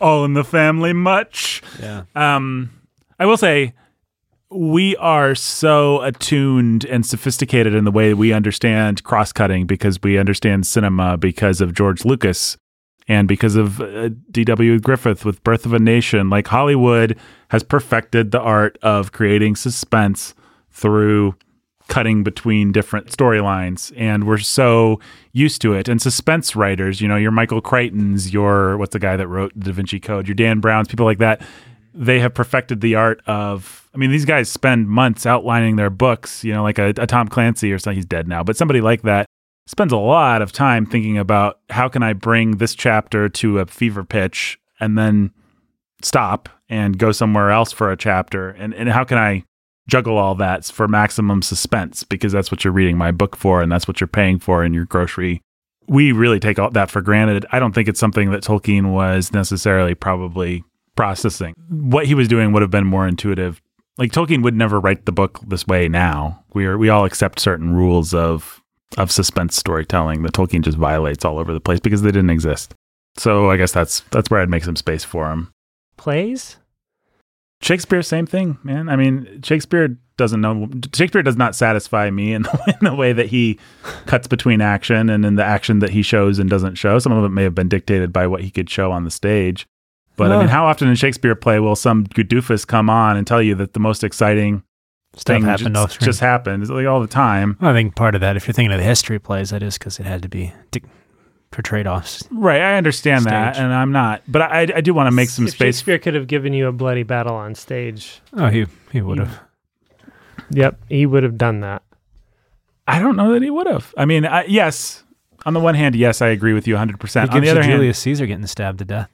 A: All in the family, much.
B: Yeah,
A: Um, I will say, we are so attuned and sophisticated in the way we understand cross cutting because we understand cinema because of George Lucas and because of uh, D.W. Griffith with Birth of a Nation. Like Hollywood has perfected the art of creating suspense through cutting between different storylines and we're so used to it and suspense writers you know your michael crichtons your what's the guy that wrote the da vinci code your dan browns people like that they have perfected the art of i mean these guys spend months outlining their books you know like a, a tom clancy or something he's dead now but somebody like that spends a lot of time thinking about how can i bring this chapter to a fever pitch and then stop and go somewhere else for a chapter and, and how can i juggle all that for maximum suspense because that's what you're reading my book for and that's what you're paying for in your grocery. We really take all that for granted. I don't think it's something that Tolkien was necessarily probably processing. What he was doing would have been more intuitive. Like Tolkien would never write the book this way now. We are we all accept certain rules of of suspense storytelling that Tolkien just violates all over the place because they didn't exist. So I guess that's that's where I'd make some space for him.
C: Plays?
A: Shakespeare, same thing, man. I mean, Shakespeare doesn't know. Shakespeare does not satisfy me in the, in the way that he cuts between action and in the action that he shows and doesn't show. Some of it may have been dictated by what he could show on the stage. But I mean,
B: Yeah.
A: how often in Shakespeare play will some good doofus come on and tell you that the most exciting
B: stuff
A: thing
B: happened off
A: just,
B: screen.
A: just happened? It's like all the time.
B: I think part of that, if you're thinking of the history plays, that is because it had to be dic- for trade-offs.
A: Right, I understand that,
B: Stage.
A: and I'm not. But I, I do want to make some
C: if
A: space.
C: Shakespeare could have given you a bloody battle on stage.
B: Oh, he he would have.
C: Yep, he would have done that.
A: I don't know that he would have. I mean, I, yes. On the one hand, yes, I agree with you 100%.
B: It
A: on the
B: gives you
A: other hand,
B: Julius Caesar getting stabbed to death.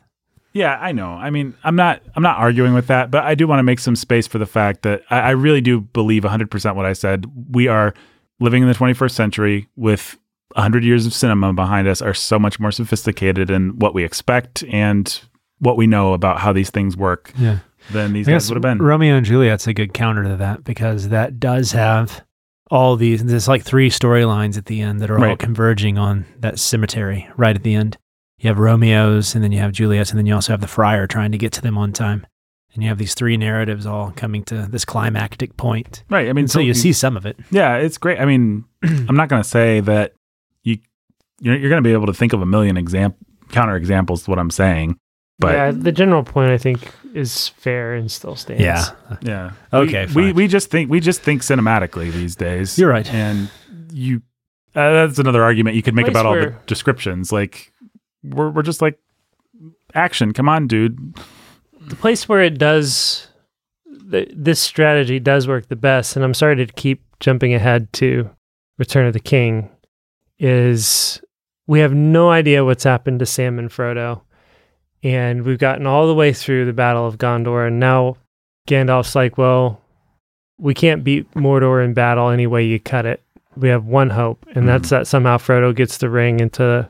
A: Yeah, I know. I mean, I'm not I'm not arguing with that, but I do want to make some space for the fact that I, I really do believe 100% what I said. We are living in the 21st century with 100 years of cinema behind us are so much more sophisticated in what we expect and what we know about how these things work
B: Yeah.
A: than these
B: I
A: guys
B: guess
A: would have been.
B: Romeo and Juliet's a good counter to that because that does have all these. There's like three storylines at the end that are all
A: Right.
B: converging on that cemetery right at the end. You have Romeo's, and then you have Juliet's, and then you also have the friar trying to get to them on time. And you have these three narratives all coming to this climactic point.
A: Right. I mean,
B: I mean, so you see some of it.
A: Yeah, it's great. I mean, I'm not going to say that you you're, you're going to be able to think of a million example counter examples to what I'm saying. But
C: yeah, the general point I think is fair and still stands.
A: Yeah.
B: Okay,
A: We, we
B: fine.
A: we just think we just think cinematically these days.
B: You're right.
A: And you uh, that's another argument you could make
C: Place
A: about all the
C: where-
A: descriptions. Like we're we're just like action. Come on, dude.
C: the place where it does th- this strategy does work the best and i'm sorry to keep jumping ahead to return of the king is we have no idea what's happened to sam and frodo and we've gotten all the way through the battle of gondor and now gandalf's like well we can't beat mordor in battle any way you cut it we have one hope and that's that somehow frodo gets the ring into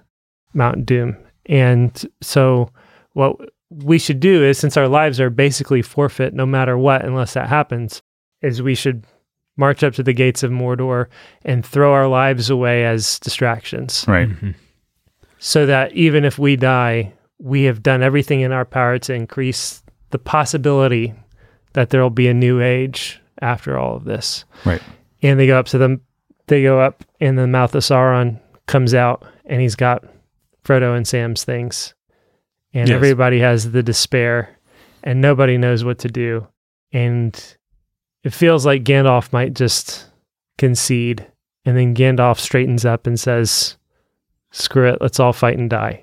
C: mount doom and so what we should do is since our lives are basically forfeit no matter what unless that happens is we should march up to the gates of mordor and throw our lives away as distractions
A: Right.
B: Mhm.
C: so that even if we die we have done everything in our power to increase the possibility that there will be a new age after all of this
A: Right.
C: and they go up to them they go up and the mouth of sauron comes out and he's got frodo and sam's things and
A: Yes.
C: everybody has the despair and nobody knows what to do and it feels like gandalf might just concede and then gandalf straightens up and says screw it let's all fight and die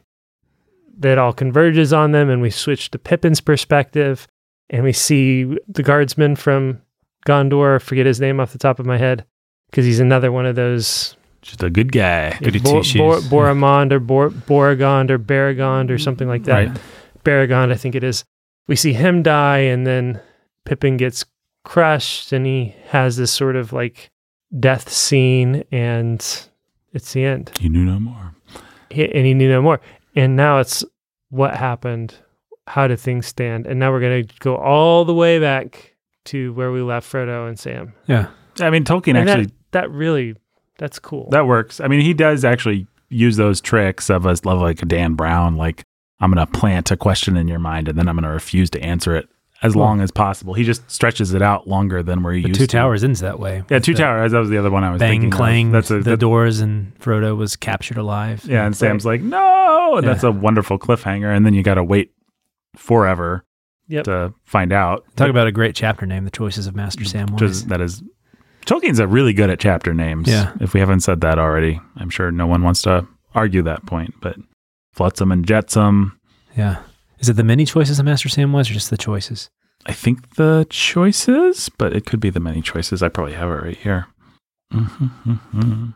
C: that all converges on them and we switch to pippin's perspective and we see the guardsman from gondor I forget his name off the top of my head because he's another one of those
A: Just a good guy.
B: Goody
C: Bor-
B: two-shoes.
C: Bor- Boromond or Bor- Boragond or Baragond or something like that.
A: Right.
C: Baragond, I think it is. We see him die, and then Pippin gets crushed, and he has this sort of like death scene, and it's the end.
A: You knew no more.
C: He, and he knew no more. And now it's what happened, how did things stand, and now we're gonna go all the way back to where we left Frodo and Sam.
B: Yeah.
A: I mean, Tolkien
C: And
A: actually
C: that, that really, that's cool.
A: that works. I mean, he does actually use those tricks of us love like a Dan Brown, like I'm gonna plant a question in your mind and then I'm gonna refuse to answer it as long as possible. He just stretches it out longer than where he
B: The
A: used
B: Two
A: to.
B: Towers ends that way.
A: Yeah,
B: with
A: Two
B: the
A: Towers. That was the other one I was thinking.
B: Bang,
A: of.
B: clang.
A: That's a,
B: the
A: that-
B: doors, and Frodo was captured alive.
A: yeah, and Sam's like, no, and
B: Yeah.
A: that's a wonderful cliffhanger. And then you got to wait forever
C: Yep.
A: to find out.
B: Talk about a great chapter name, The Choices of Master Sam
A: Which
B: Wise.
A: is- that is Tolkien's a really good at chapter names.
B: Yeah.
A: if we haven't said that already, I'm sure no one wants to argue that point. But Flotsam and Jetsam.
B: Yeah. Is it the many choices of Master Sam was or just the choices?
A: I think the choices, but it could be the many choices. I probably have it right here. Mm-hmm,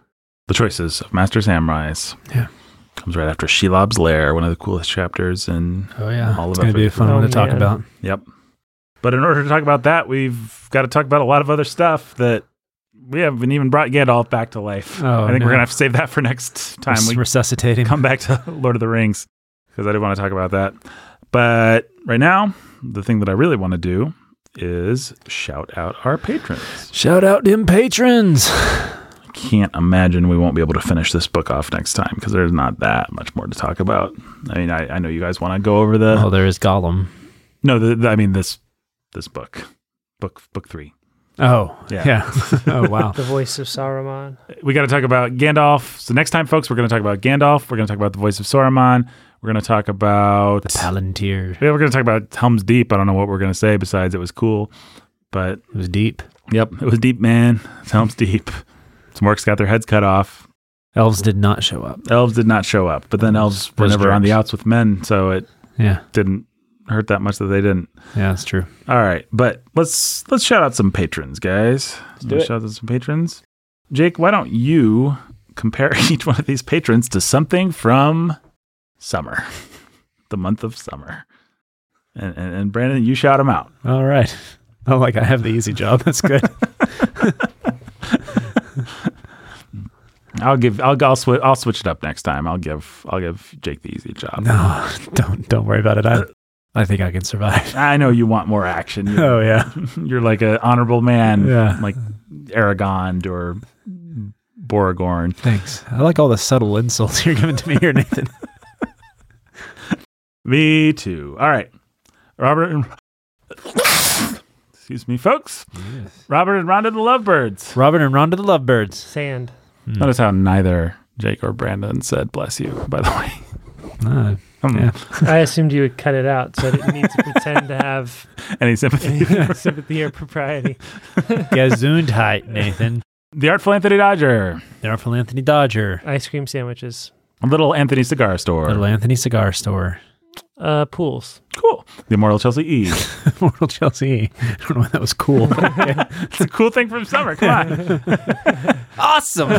A: The choices of Master Samrise.
B: Yeah.
A: Comes right after Shelob's Lair, one of the coolest chapters in
B: Oh, yeah.
A: All
B: it's
A: of
B: going to be a
A: Africa.
B: fun one
C: Oh,
B: to talk
C: man.
B: about.
A: Yep. But in order to talk about that, we've got to talk about a lot of other stuff that we haven't even brought Gandalf back to life.
B: Oh,
A: I think
B: no.
A: we're gonna have to save that for next time
B: Res-
A: we
B: resuscitating.
A: come back to Lord of the Rings because I do want to talk about that. But right now, the thing that I really want to do is shout out our patrons.
B: Shout out to them patrons.
A: I can't imagine we won't be able to finish this book off next time because there's not that much more to talk about. I mean, I, I know you guys want to go over the
B: oh, there is Gollum.
A: no, the, the- I mean this this book, book book three.
B: Oh,
A: Yeah.
B: yeah. oh, wow.
C: the voice of Saruman.
A: we got to talk about Gandalf. So next time, folks, we're going to talk about Gandalf. We're going to talk about the voice of Saruman. We're going to talk about
B: The Palantir.
A: yeah, we're going to talk about Helm's Deep. I don't know what we're going to say besides it was cool, but
B: It was deep.
A: yep, it was deep, man. It's Helm's Deep. Some orcs got their heads cut off.
B: Elves did not show up.
A: Elves did not show up, but then elves were
B: Those
A: never on the
B: jerks.
A: outs with men, so it
B: Yeah.
A: didn't hurt that much that they didn't.
B: Yeah, that's true.
A: All right, but let's let's shout out some patrons, guys. Let's
C: do it.
A: Shout out some patrons. Jake, why don't you compare each one of these patrons to something from summer, the month of summer? And, and, and Brandon, you shout them out.
B: All right. Oh, like I have the easy job. That's good.
A: I'll give I'll I'll, swi- I'll switch it up next time. I'll give I'll give Jake the easy job.
B: no, don't don't worry about it. I I think I can survive.
A: I know you want more action. You're,
B: Oh yeah,
A: you're like an honorable man,
B: Yeah.
A: like Aragond or Boragorn.
B: thanks. I like all the subtle insults you're giving to me here, Nathan.
A: Me too. All right, Robert. And... Excuse me, folks. Robert and Rhonda the Lovebirds.
B: Robert and Rhonda the Lovebirds.
C: Sand.
A: Notice how neither Jake or Brandon said "bless you." By the way,
B: Uh,
A: Um,
B: Yeah.
C: I assumed you would cut it out, so I didn't need to pretend to have
A: any sympathy?
C: any sympathy or propriety.
B: Gesundheit, Nathan.
A: the Artful Anthony Dodger,
B: The Artful Anthony Dodger.
C: Ice cream sandwiches.
A: Little Anthony Cigar Store,
B: Little Anthony Cigar Store.
C: Uh, pools.
A: cool. The Immortal Chelsea E.
B: Mortal Chelsea. I don't know why that was cool.
A: it's a cool thing from summer. Come on,
B: awesome.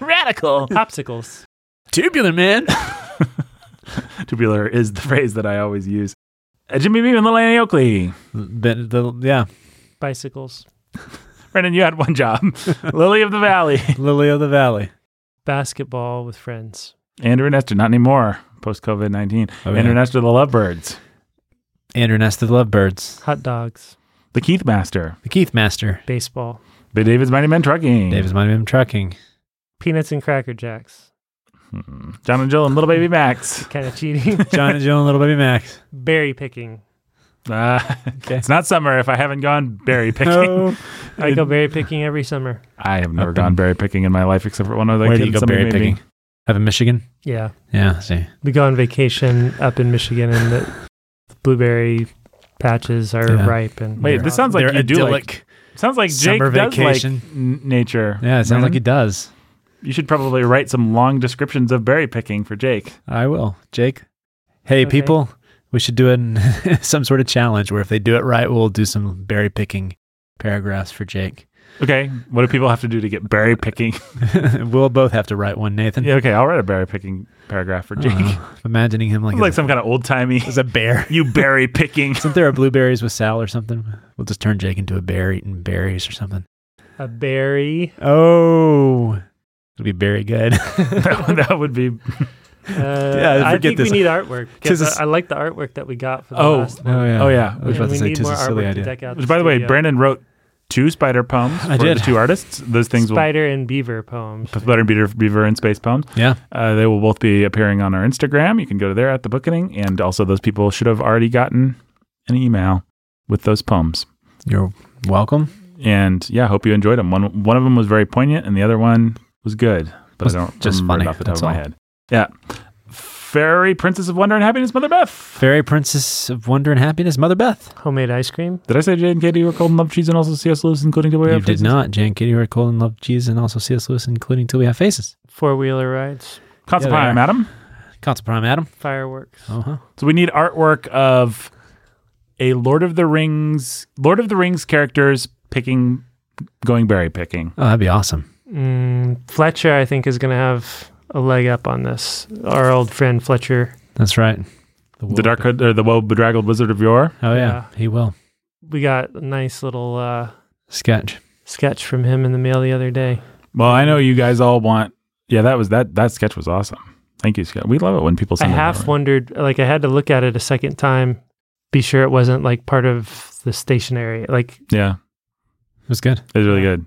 B: Radical.
C: Popsicles.
B: Tubular, man.
A: tubular is the phrase that I always use. Uh, Jimmy Beam and Little Annie Oakley.
B: But the, yeah.
C: Bicycles.
A: Brandon, you had one job. Lily of the Valley.
B: Lily of the Valley.
C: Basketball with friends.
A: Andrew and Esther, not anymore. Post COVID 19.
B: Oh, yeah.
A: Andrew and Esther, the Lovebirds.
B: Andrew Nest of the Lovebirds.
C: Hot dogs.
A: The Keith Master.
B: The Keith Master.
C: Baseball.
A: The David's Mighty Men Trucking.
B: David's Mighty Men Trucking.
C: Peanuts and Cracker Jacks.
A: Hmm. John and Jill and Little Baby Max.
C: Kind of cheating.
B: John and Jill and Little Baby Max.
C: Berry picking.
A: Uh,
B: Ah, Okay.
A: It's not summer if I haven't gone berry picking.
C: I go berry picking every summer.
A: I have never
B: Up
A: gone
B: in-
A: berry picking in my life except for one other
B: Where
A: kid
B: do you go
A: somebody
B: berry
A: made me.
B: picking? Up in Michigan?
C: Yeah.
B: Yeah, I see.
C: We go on vacation up in Michigan and the blueberry patches are
B: Yeah.
C: ripe and
A: Wait, this sounds like
B: They're
A: you do like-
B: idyllic.
A: Sounds like Jake
B: Summer
A: does like
B: vacation.
A: n- nature.
B: Yeah, it sounds like
A: Brandon?
B: it does.
A: You should probably write some long descriptions of berry picking for Jake.
B: I will. Jake. Hey,
C: Okay.
B: people. We should do an, some sort of challenge where if they do it right, we'll do some berry picking paragraphs for Jake.
A: Okay, what do people have to do to get berry picking?
B: we'll both have to write one, Nathan.
A: yeah, okay, I'll write a berry picking paragraph for
B: I
A: Jake.
B: don't know. I'm imagining him like,
A: like
B: as,
A: some kind of old timey.
B: as a bear.
A: You berry picking.
B: Isn't there a blueberries with Sal or something? We'll just turn Jake into a bear eating berries or something.
C: a berry.
B: Oh, it'll be very good.
A: that would be.
C: Uh,
B: Yeah,
C: I
B: forget
C: think
B: this.
C: we need artwork
B: 'Tis
C: because
B: a
C: I,
B: s-
C: I like the artwork that we got for the
A: Oh,
C: last one.
B: Oh yeah.
A: Oh, yeah.
B: I was
C: And
B: about to
C: we
B: say,
C: need
B: tis
C: more
B: a silly
C: artwork to
B: idea.
C: deck out
A: Which,
C: the
A: by the way,
C: studio.
B: uh,
A: Brandon wrote two spider poems
B: I
A: for
B: did.
A: the two artists. Those things will.
C: Spider and Beaver poems.
A: Spider Beaver, Beaver and Space Poems.
B: Yeah.
A: Uh, they will both be appearing on our Instagram. You can go to there at the bookening. And also, those people should have already gotten an email with those poems.
B: You're welcome.
A: And yeah, I hope you enjoyed them. One, one of them was very poignant, and the other one was good. But
B: Was
A: I don't
B: just
A: remember
B: funny,
A: it off the top
B: that's
A: of my
B: all.
A: head. Yeah. Fairy Princess of Wonder and Happiness, Mother Beth.
B: Fairy Princess of Wonder and Happiness, Mother Beth.
C: Homemade ice cream.
A: Did I say Jade and Katie were cold and love cheese and also C.S. Lewis, including the way
B: you did not, Jan Kitty, were cold and love cheese, and also C.S. Lewis, including Till We Have Faces.
C: Four wheeler rides.
A: Constant
B: Yeah, they
A: Prime,
B: are.
A: Adam.
B: Council Prime Adam.
C: Fireworks.
A: Oh.
B: Uh huh.
A: So we need artwork of a Lord of the Rings, Lord of the Rings characters picking, going berry picking.
B: Oh, that'd be awesome.
C: Mm, Fletcher, I think, is going to have a leg up on this. Our old friend Fletcher.
B: That's right.
A: The dark hood or the woe bedraggled wizard of yore.
B: Oh yeah, he will
C: We got a nice little uh,
B: sketch.
C: sketch from him in the mail the other day.
A: Well, I know you guys all want. Yeah, that was that. That sketch was awesome. Thank you, Scott. We love it when people.
C: I
A: Send in
C: half
A: artwork.
C: wondered, like, I had to look at it a second time, be sure it wasn't like part of the stationery. Like,
A: Yeah,
B: It was good.
A: it's really good.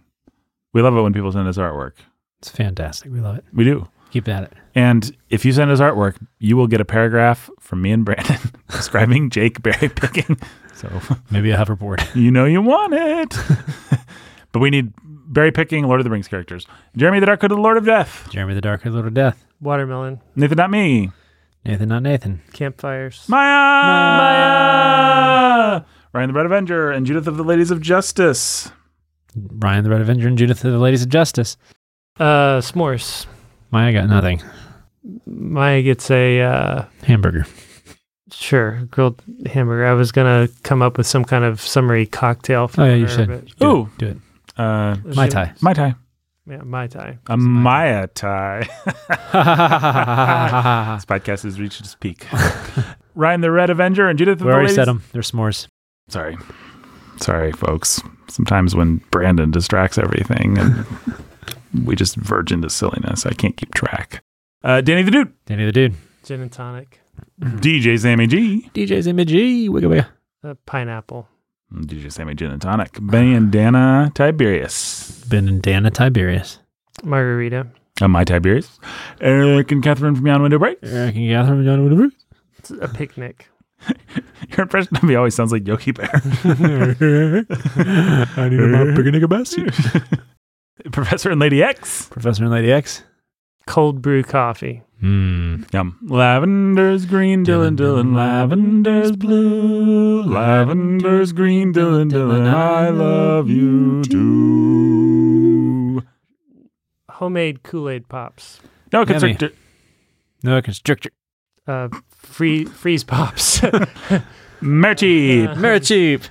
A: We love it when people send us artwork.
B: It's fantastic. We love it.
A: We do.
B: Keep at it.
A: And if you send us artwork, you will get a paragraph from me and Brandon describing Jake berry picking. So
B: Maybe a hoverboard.
A: you know you want it. but we need berry picking Lord of the Rings characters. Jeremy the Dark Hood, of the Lord of Death.
B: Jeremy the Dark Hood, Lord of Death.
C: watermelon,
A: Nathan, not me.
B: Nathan, not Nathan.
C: campfires,
A: Maya! Ryan the Red Avenger and Judith of the Ladies of Justice.
B: Ryan the Red Avenger and Judith the Ladies of Justice.
C: uh, s'mores.
B: Maya got nothing.
C: Maya gets a, uh,
B: Hamburger.
C: sure, grilled hamburger. I was going to come up with some kind of summery cocktail for
B: Oh, yeah, you
C: her,
B: should.
C: but
B: Do
A: Ooh.
B: it, do it.
A: Uh,
C: it was
B: Mai
C: ju-
B: Tai.
A: Mai Tai.
C: Yeah, Mai Tai.
A: A Maya tie.
B: we
A: this podcast has reached its peak. Ryan the Red Avenger and Judith. of the
B: already
A: Ladies-
B: said them. They're s'mores.
A: Sorry. Sorry, folks. Sometimes when Brandon distracts everything and we just verge into silliness, I can't keep track. Uh, Danny the Dude,
B: Danny the dude.
C: Gin and tonic.
A: DJ Sammy G,
B: DJ's Imagey. Wigga wigga.
C: Uh, pineapple.
A: DJ Sammy Gin and Tonic, Bandana Tiberius,
B: Ben and Dana Tiberius.
C: Margarita.
A: uh, my Tiberius, Eric and Catherine from Beyond Window Break.
B: Eric and Catherine John Whatever.
C: It's a picnic.
A: Your impression of me always sounds like Yogi Bear.
B: I need
A: about
B: picnic basket.
A: Professor and Lady X.
B: Professor and Lady X.
C: Cold brew coffee.
B: Hmm.
A: Yum. Lavender's green, Dylan,
B: Dylan,
A: Dylan,
B: Dylan,
A: lavender's blue. Lavender's green, Dylan, Dylan, I love you too.
C: Homemade Kool Aid pops.
A: No
B: Yummy.
A: constrictor.
B: No constrictor.
C: Uh, free freeze pops.
A: Merchie.
C: Uh,
B: Merit cheap.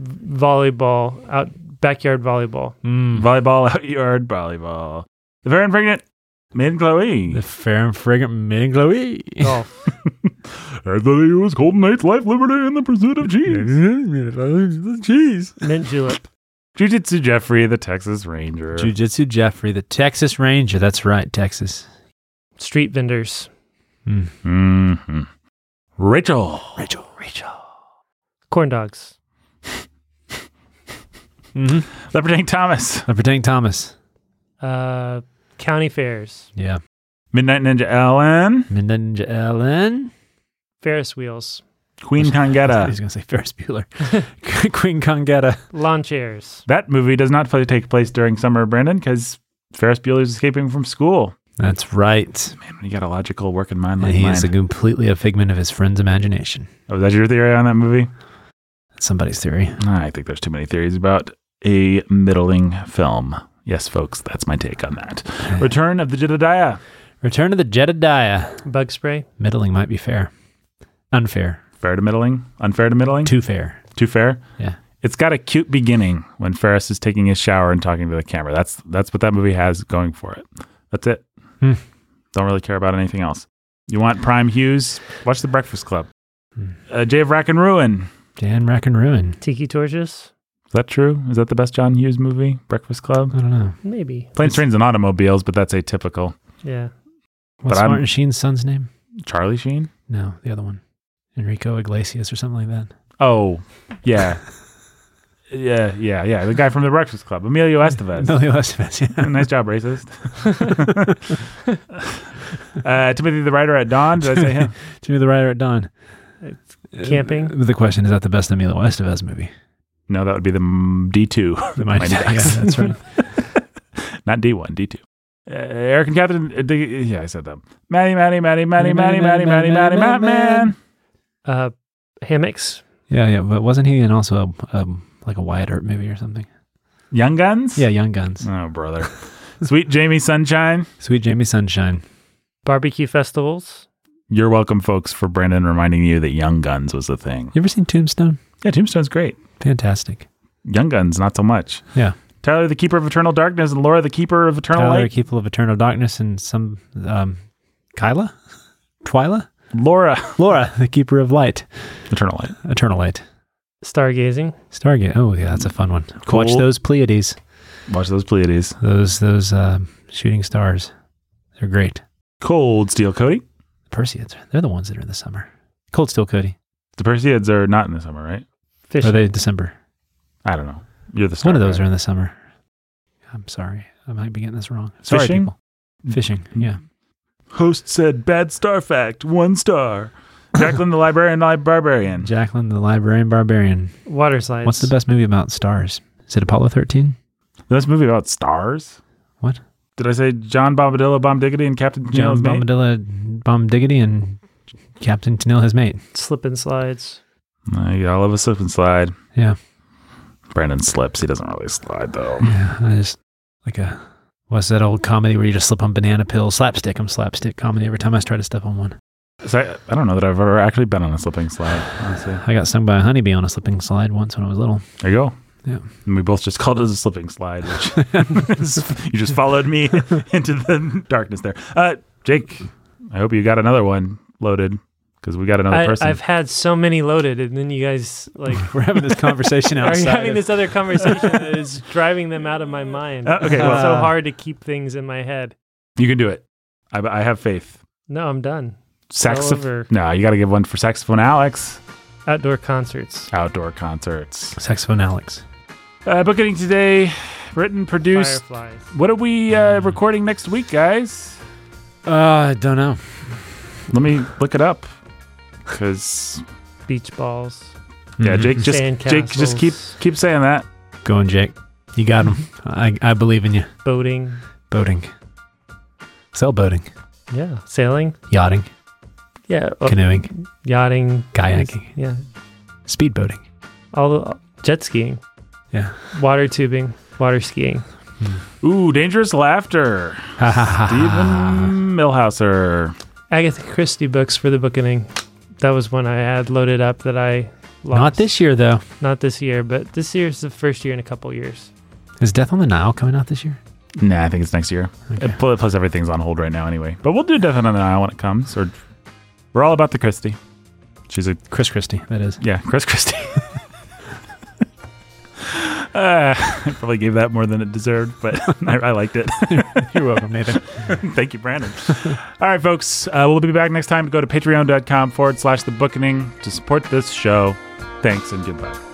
C: volleyball. Out backyard volleyball.
A: Hmm.
B: Mm.
A: Volleyball, out yard, volleyball. The very pregnant. Min Chloe.
B: The fair and fragrant Min Chloe.
C: Golf.
A: As the day was cold night's life, liberty, and the pursuit of cheese.
B: Jeez.
C: Mint julep.
A: Jujitsu Jeffrey, the Texas Ranger.
B: Jujitsu Jeffrey, the Texas Ranger. That's right, Texas.
C: Street vendors.
A: hmm Rachel.
B: Rachel, Rachel.
C: Corn dogs.
B: Mm-hmm.
A: Leopard Thomas.
B: Thomas.
C: Uh, county fairs.
B: Yeah.
A: Midnight Ninja Ellen.
B: Ninja Ellen.
C: Ferris wheels.
A: Queen Kangetta.
B: He's going to say Ferris Bueller. Queen Congetta.
C: Lawn chairs.
A: That movie does not play, take place during summer, Brandon, because Ferris Bueller's escaping from school.
B: That's right.
A: Man, when you got a logical working mind
B: And
A: like
B: he
A: mine.
B: is a completely a figment of his friend's imagination.
A: oh, is that your theory on that movie?
B: That's somebody's theory.
A: I think there's too many theories about a middling film. Yes, folks, that's my take on that. Return of the Jedediah.
B: Return to the Jedediah.
C: Bug spray.
B: Middling might be fair. Unfair.
A: Fair to middling? Unfair to middling? Too,
B: Too fair.
A: fair?
B: Yeah.
A: It's got a cute beginning when Ferris is taking his shower and talking to the camera. That's that's what that movie has going for it. That's it.
B: Hmm.
A: Don't really care about anything else. You want Prime Hughes? Watch The Breakfast Club.
B: Hmm.
A: Uh, Jay of Rack and Ruin.
B: Dan Rack and Ruin.
C: Tiki torches.
A: Is that true? Is that the best John Hughes movie? Breakfast Club?
B: I don't know.
C: Maybe.
A: Planes, Trains, and Automobiles, but that's atypical.
C: Yeah.
A: But
B: What's
A: I'm-
B: Martin Sheen's son's name?
A: Charlie Sheen?
B: No, the other one. Enrico Iglesias or something like that.
A: Oh, yeah. yeah, yeah, yeah. The guy from The Breakfast Club, Emilio Estevez.
B: Emilio Estevez, yeah.
A: nice job, racist. uh, Timothy the Writer at Dawn. Did I say him?
B: Jimmy the Rider at Dawn.
C: Camping?
B: Uh, the question is that the best Emilio Estevez movie?
A: No, that would be the mm, D2,
B: The Mighty
A: Mighty
B: Ducks.
A: Ducks.
B: Yeah, that's right.
A: not D1, D2. Uh, Eric and Catherine. Uh, D- yeah, I said them. Maddie, Maddie, Maddie, Maddie, Maddie, Maddie, Maddie, Maddie, Matt Man.
C: Uh, hammocks.
B: Yeah, yeah. But wasn't he in also a, um, like a Wyatt Earp movie or something?
A: Young Guns?
B: Yeah, Young Guns.
A: Oh, brother. Sweet Jamie Sunshine.
B: Sweet Jamie Sunshine.
C: Barbecue festivals.
A: You're welcome, folks, for Brandon reminding you that Young Guns was a thing.
B: You ever seen Tombstone?
A: Yeah, Tombstone's great.
B: Fantastic.
A: Young Guns, not so much.
B: Yeah.
A: Tyler, the Keeper of Eternal Darkness, and Laura, the Keeper of Eternal
B: Tyler,
A: Light.
B: Keeple of Eternal Darkness, and some um, Kyla, Twyla,
A: Laura,
B: Laura, the Keeper of Light,
A: Eternal Light.
B: Eternal Light.
C: Stargazing.
B: Stargate. Oh yeah, that's a fun one. Watch
A: Cool.
B: those Pleiades,
A: Watch those Pleiades.
B: those those um shooting stars. They're great.
A: Cold Steel Cody.
B: Perseids. They're the ones that are in the summer. Cold Steel Cody.
A: The Perseids are not in the summer, right?
C: Fishing.
B: Are they December?
A: I don't know. You're the star,
B: One of those
A: right?
B: are in the summer. I'm sorry. I might be getting this wrong. Sorry,
A: Fishing? Mm-hmm.
B: people. Fishing. Yeah.
A: Host said bad star fact, one star. Jacqueline the Librarian, I Barbarian.
B: Jacqueline, the librarian barbarian.
C: Water slides.
B: What's the best movie about stars? Is it Apollo 13?
A: This movie about stars?
B: What?
A: Did I say John Bombadilla, Bomb Diggity, and Captain
B: John
A: Janelle's Mate?
B: Bombadilla, Bomb Diggity, and Captain Tennille, his mate.
C: Slip and slides.
A: I got Uh, all of a slip and slide.
B: Yeah.
A: Brandon slips. He doesn't really slide though.
B: Yeah. I just like a. What's that old comedy where you just slip on banana pills? Slapstick. I'm slapstick comedy every time I try to step on one.
A: So I, I don't know that I've ever actually been on a slipping slide. Honestly,
B: I got stung by a honeybee on a slipping slide once when I was little.
A: there you go.
B: Yeah.
A: And we both just called it a slipping slide, which you just followed me into the darkness there. Uh, Jake, I hope you got another one loaded because we got another
C: I,
A: person.
C: I've had so many loaded, and then you guys like
B: We're having this conversation
C: are
B: outside.
C: having
B: of-
C: this other conversation that is driving them out of my mind.
A: Uh, okay,
B: well-
C: it's so hard to keep things in my head.
A: you can do it. I, I have faith.
C: No, I'm done.
A: Saxophone.
C: over.
A: No, you got to give one for saxophone Alex.
C: Outdoor concerts.
A: Outdoor concerts.
B: Saxophone Alex.
A: Uh, book Eating today, written, produced.
C: Fireflies.
A: What are we uh, recording next week, guys?
B: Uh, I don't know.
A: Let me look it up. Because
C: Beach balls.
A: yeah,
B: Mhm.
A: Jake just Jake just keep
C: Sandcastles.
A: keep saying that.
B: Go on, Jake. You got him. I, I believe in you.
C: Boating.
B: Boating. Sail boating.
C: Yeah. Sailing.
B: Yachting.
C: Yeah.
A: Oh.
C: uh,
B: Canoeing.
C: yachting.
B: Kayaking.
C: Yeah.
B: Speed boating.
C: All the jet skiing.
B: Yeah.
C: Water tubing. Water skiing.
A: Ooh, dangerous laughter.
B: Ha ha ha.
A: Steven Ah.
B: ha.
A: Millhauser.
C: Agatha Christie books for the bookending. That was one I had loaded up that I lost.
B: Not this year, though.
C: Not this year, but this year's the first year in a couple years.
B: Is Death on the Nile coming out this year?
A: Nah, I think it's next year.
B: Okay.
A: And Uh, pl- Plus, everything's on hold right now anyway. But we'll do Death on the Nile when it comes. Or we're all about the Christie. She's a
B: Chris Christie, that is.
A: Yeah, Chris Christie. uh, I probably gave that more than it deserved, but I, I liked it.
B: You're welcome, Nathan.
A: Thank you, Brandon. All right, folks. Uh, we'll be back next time. Go to patreon.com forward slash the bookening to support this show. Thanks and goodbye.